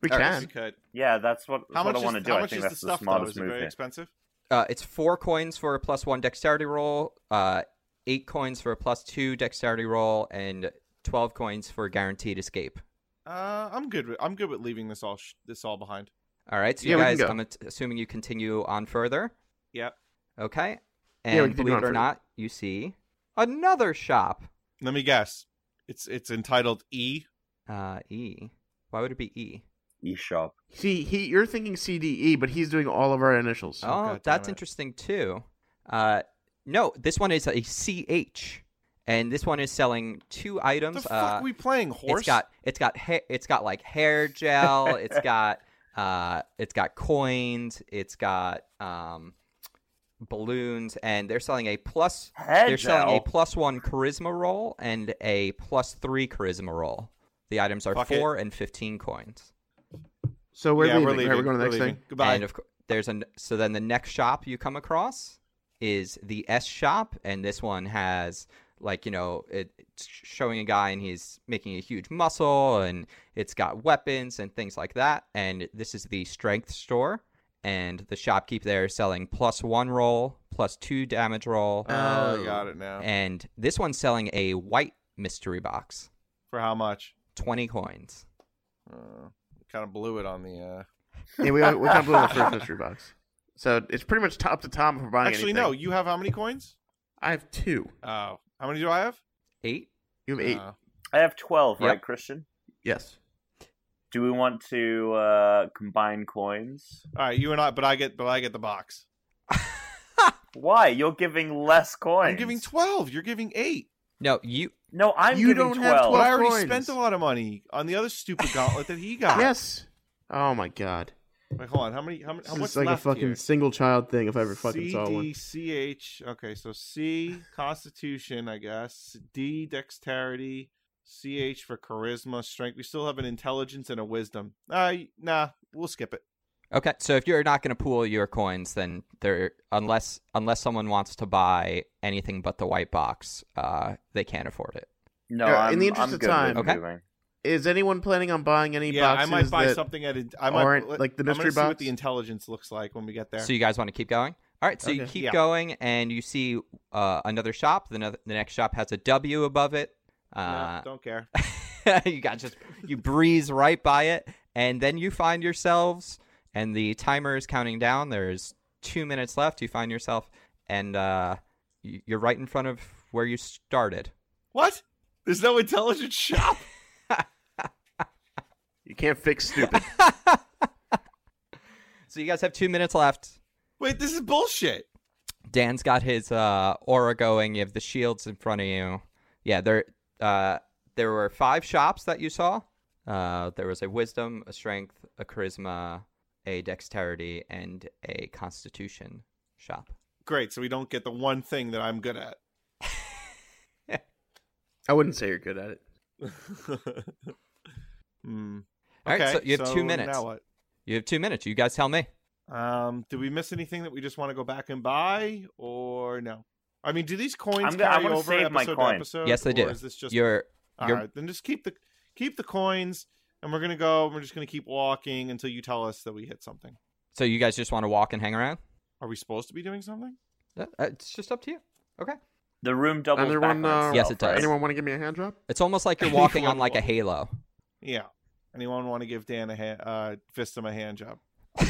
Speaker 4: We
Speaker 3: Yes,
Speaker 4: can.
Speaker 3: you could.
Speaker 9: Yeah, that's what, that's
Speaker 3: How
Speaker 9: what
Speaker 3: much
Speaker 9: I want to
Speaker 3: is,
Speaker 9: do.
Speaker 3: how
Speaker 9: I
Speaker 3: much
Speaker 9: think
Speaker 3: is
Speaker 9: that's
Speaker 3: the stuff though?
Speaker 9: smartest
Speaker 3: Is it
Speaker 9: move.
Speaker 3: very
Speaker 9: here.
Speaker 3: expensive?
Speaker 1: Uh, it's four coins for a plus one dexterity roll, uh, eight coins for a plus two dexterity roll, and twelve coins for guaranteed escape.
Speaker 3: Uh, I'm good. With, I'm good with leaving this all sh- this all behind.
Speaker 1: All right. So
Speaker 12: Yeah,
Speaker 1: you
Speaker 12: we can
Speaker 1: guys,
Speaker 12: go.
Speaker 1: I'm at- assuming you continue on further.
Speaker 3: Yep.
Speaker 1: Okay.
Speaker 3: Yeah,
Speaker 1: And
Speaker 3: we continue
Speaker 1: believe it
Speaker 3: on
Speaker 1: or
Speaker 3: further.
Speaker 1: not, you see another shop.
Speaker 3: Let me guess. It's it's entitled E.
Speaker 1: Uh, E. Why would it be E?
Speaker 9: E shop.
Speaker 12: See, he you're thinking
Speaker 4: E,
Speaker 12: CDE, but he's doing all of our initials.
Speaker 1: Oh, that's interesting too. Uh, no, this one is a CH, and this one is selling two items.
Speaker 3: The fuck
Speaker 1: uh,
Speaker 3: we playing horse?
Speaker 1: It's got it's got ha- it's got like hair gel. it's got uh, it's got coins. It's got um, balloons, and they're selling a plus.
Speaker 9: Hair
Speaker 1: they're selling a
Speaker 9: gel?
Speaker 1: plus one charisma roll and a plus three charisma roll. The items are
Speaker 3: Fuck it.
Speaker 1: four and fifteen coins.
Speaker 12: So we're leaving. right? We're going to the next thing.
Speaker 1: And of course, there's an so then the next shop you come across is the S shop, and this one has like you know it, it's showing a guy and he's making a huge muscle, and it's got weapons and things like that. And this is the strength store, and the shopkeep there is selling plus one roll, plus two damage roll.
Speaker 3: Oh, I Oh. got it now.
Speaker 1: And this one's selling a white mystery box,
Speaker 3: For how much?
Speaker 1: twenty coins.
Speaker 3: Uh, kind of blew it on the. Uh...
Speaker 12: yeah, we we kind of blew the first mystery box. So it's pretty much top to top for buying.
Speaker 3: Actually,
Speaker 12: anything.
Speaker 3: no. You have how many coins?
Speaker 12: I have two.
Speaker 3: Oh, how many do I have?
Speaker 1: Eight.
Speaker 12: You have eight.
Speaker 3: Uh,
Speaker 9: I have 12,
Speaker 12: Yep.
Speaker 9: right, Christian?
Speaker 12: yes.
Speaker 9: Do we want to uh, combine coins?
Speaker 3: All right, you and I, but I get, but I get the box.
Speaker 9: Why? You're giving less coins.
Speaker 3: I'm giving twelve. You're giving eight.
Speaker 1: No, you
Speaker 9: No, I'm
Speaker 12: You
Speaker 9: giving
Speaker 12: don't
Speaker 9: 12.
Speaker 12: have
Speaker 3: But I
Speaker 12: 12
Speaker 3: already
Speaker 12: coins.
Speaker 3: spent a lot of money on the other stupid gauntlet that he got.
Speaker 12: Yes. Oh my god.
Speaker 3: Wait, hold on. How many? How many? How
Speaker 12: This
Speaker 3: much
Speaker 12: is like a
Speaker 3: left
Speaker 12: fucking
Speaker 3: here?
Speaker 12: single child thing if I ever fucking
Speaker 3: C
Speaker 12: saw one.
Speaker 3: D C H. Okay, so C Constitution, I guess. D Dexterity. C H for Charisma, Strength. We still have an Intelligence and a Wisdom. Uh, nah, we'll skip it.
Speaker 1: Okay, so if you're not going to pool your coins, then there, unless unless someone wants to buy anything but the white box, uh, they can't afford it.
Speaker 9: No,
Speaker 12: Uh, in
Speaker 9: I'm,
Speaker 12: the interest
Speaker 9: I'm
Speaker 12: of
Speaker 9: good with
Speaker 12: time-
Speaker 1: Okay.
Speaker 9: giving.
Speaker 12: Is anyone planning on buying any
Speaker 3: yeah, I
Speaker 12: boxes
Speaker 3: might buy
Speaker 12: that-
Speaker 3: something at. A, I might
Speaker 12: aren't,
Speaker 3: let-
Speaker 12: like, the
Speaker 3: I'm gonna
Speaker 12: mystery
Speaker 3: See what
Speaker 12: box?
Speaker 3: the Intelligence looks like when we get there.
Speaker 1: So you guys want to keep going? All right, so you
Speaker 12: Okay.
Speaker 1: keep
Speaker 3: Yeah.
Speaker 1: going, and you see uh, another shop. The, no- the next shop has a W above it. Uh,
Speaker 3: Nah, don't care.
Speaker 1: you got just you breeze right by it, and then you find yourselves, and the timer is counting down. There's two minutes left. You find yourself, and uh, y- you're right in front of where you started.
Speaker 3: What? There's no Intelligence shop.
Speaker 12: You can't fix stupid.
Speaker 1: So you guys have two minutes left.
Speaker 3: Wait, this is bullshit.
Speaker 1: Dan's got his uh, aura going. You have the shields in front of you. Yeah, there uh, there were five shops that you saw. Uh, there was a wisdom, a strength, a charisma, a dexterity, and a constitution shop.
Speaker 3: Great. So we don't get the one thing that I'm good at.
Speaker 12: I wouldn't say you're good at it.
Speaker 3: Hmm.
Speaker 1: All right,
Speaker 3: Okay,
Speaker 1: so you have two minutes.
Speaker 3: Now what?
Speaker 1: You have two minutes. You guys tell me.
Speaker 3: Um, do we miss anything that we just want to go back and buy, or no? I mean, do these coins
Speaker 9: I'm gonna-
Speaker 3: carry
Speaker 9: I'm gonna
Speaker 3: over
Speaker 9: save
Speaker 3: episode
Speaker 9: my
Speaker 3: to
Speaker 9: coin.
Speaker 3: episode?
Speaker 1: yes, they
Speaker 3: or
Speaker 1: do.
Speaker 3: Is this just
Speaker 1: you're,
Speaker 3: All
Speaker 1: you're
Speaker 3: right, then just keep the keep the coins, and we're gonna go. and We're just gonna keep walking until you tell us that we hit something.
Speaker 1: so you guys just want to walk and hang around.
Speaker 3: Are we supposed to be doing something?
Speaker 1: Uh, It's just up to you. Okay.
Speaker 9: The room doubles
Speaker 12: Anyone, uh,
Speaker 9: backwards.
Speaker 1: Yes, it does.
Speaker 12: Anyone want to give me a hand drop?
Speaker 1: It's almost like you're walking on like a
Speaker 3: Walk.
Speaker 1: halo.
Speaker 3: Yeah. Anyone want to give Dan a hand, uh, fist him a hand job?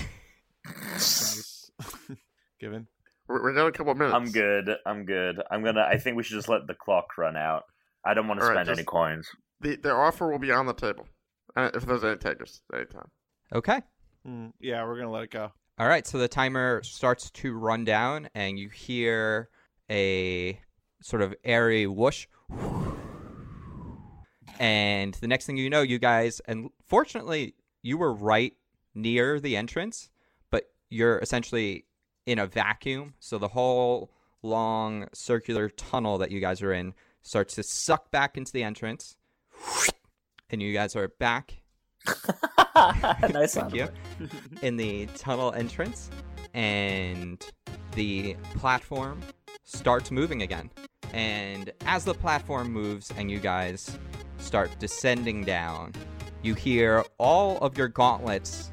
Speaker 3: Given.
Speaker 12: We're, we're down a couple of minutes.
Speaker 9: I'm good. I'm good. I'm gonna. I think we should just let the clock run out. I don't want to
Speaker 12: All right,
Speaker 9: spend
Speaker 12: just-
Speaker 9: any coins.
Speaker 12: The, their offer will be on the table uh, if there's any takers at any time.
Speaker 1: Okay.
Speaker 3: Mm, yeah, we're gonna let it go.
Speaker 1: All right, so the timer starts to run down, and you hear a sort of airy whoosh. And the next thing you know, you guys, and fortunately, you were right near the entrance, but you're essentially in a vacuum. So the whole long circular tunnel that you guys are in starts to suck back into the entrance, and you guys are back
Speaker 9: nice
Speaker 1: Thank you. In the tunnel entrance, and the platform starts moving again. And as the platform moves and you guys start descending down, you hear all of your gauntlets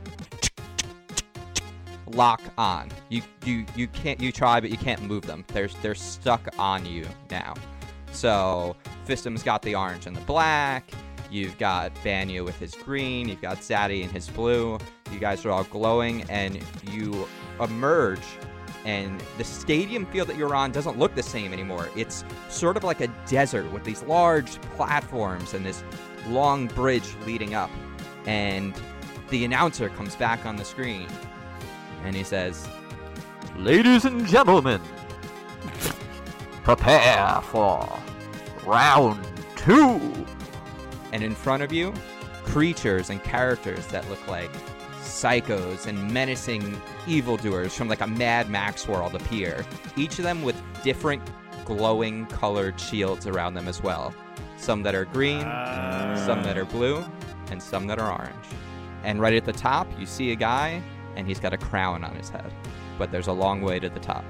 Speaker 1: lock on. You you you can't you try but you can't move them. They're they're stuck on you now. So Fistum's got the orange and the black. You've got Banya with his green. You've got Zaddy in his blue. You guys are all glowing, and you emerge. And the stadium field that you're on doesn't look the same anymore. It's sort of like a desert with these large platforms and this long bridge leading up. And the announcer comes back on the screen and he says,
Speaker 13: Ladies and gentlemen, prepare for round two.
Speaker 1: And in front of you, creatures and characters that look like psychos and menacing evildoers from like a Mad Max world appear, each of them with different glowing colored shields around them as well. Some that are green, some that are blue, and some that are orange. And right at the top, you see a guy, and he's got a crown on his head. But there's a long way to the top.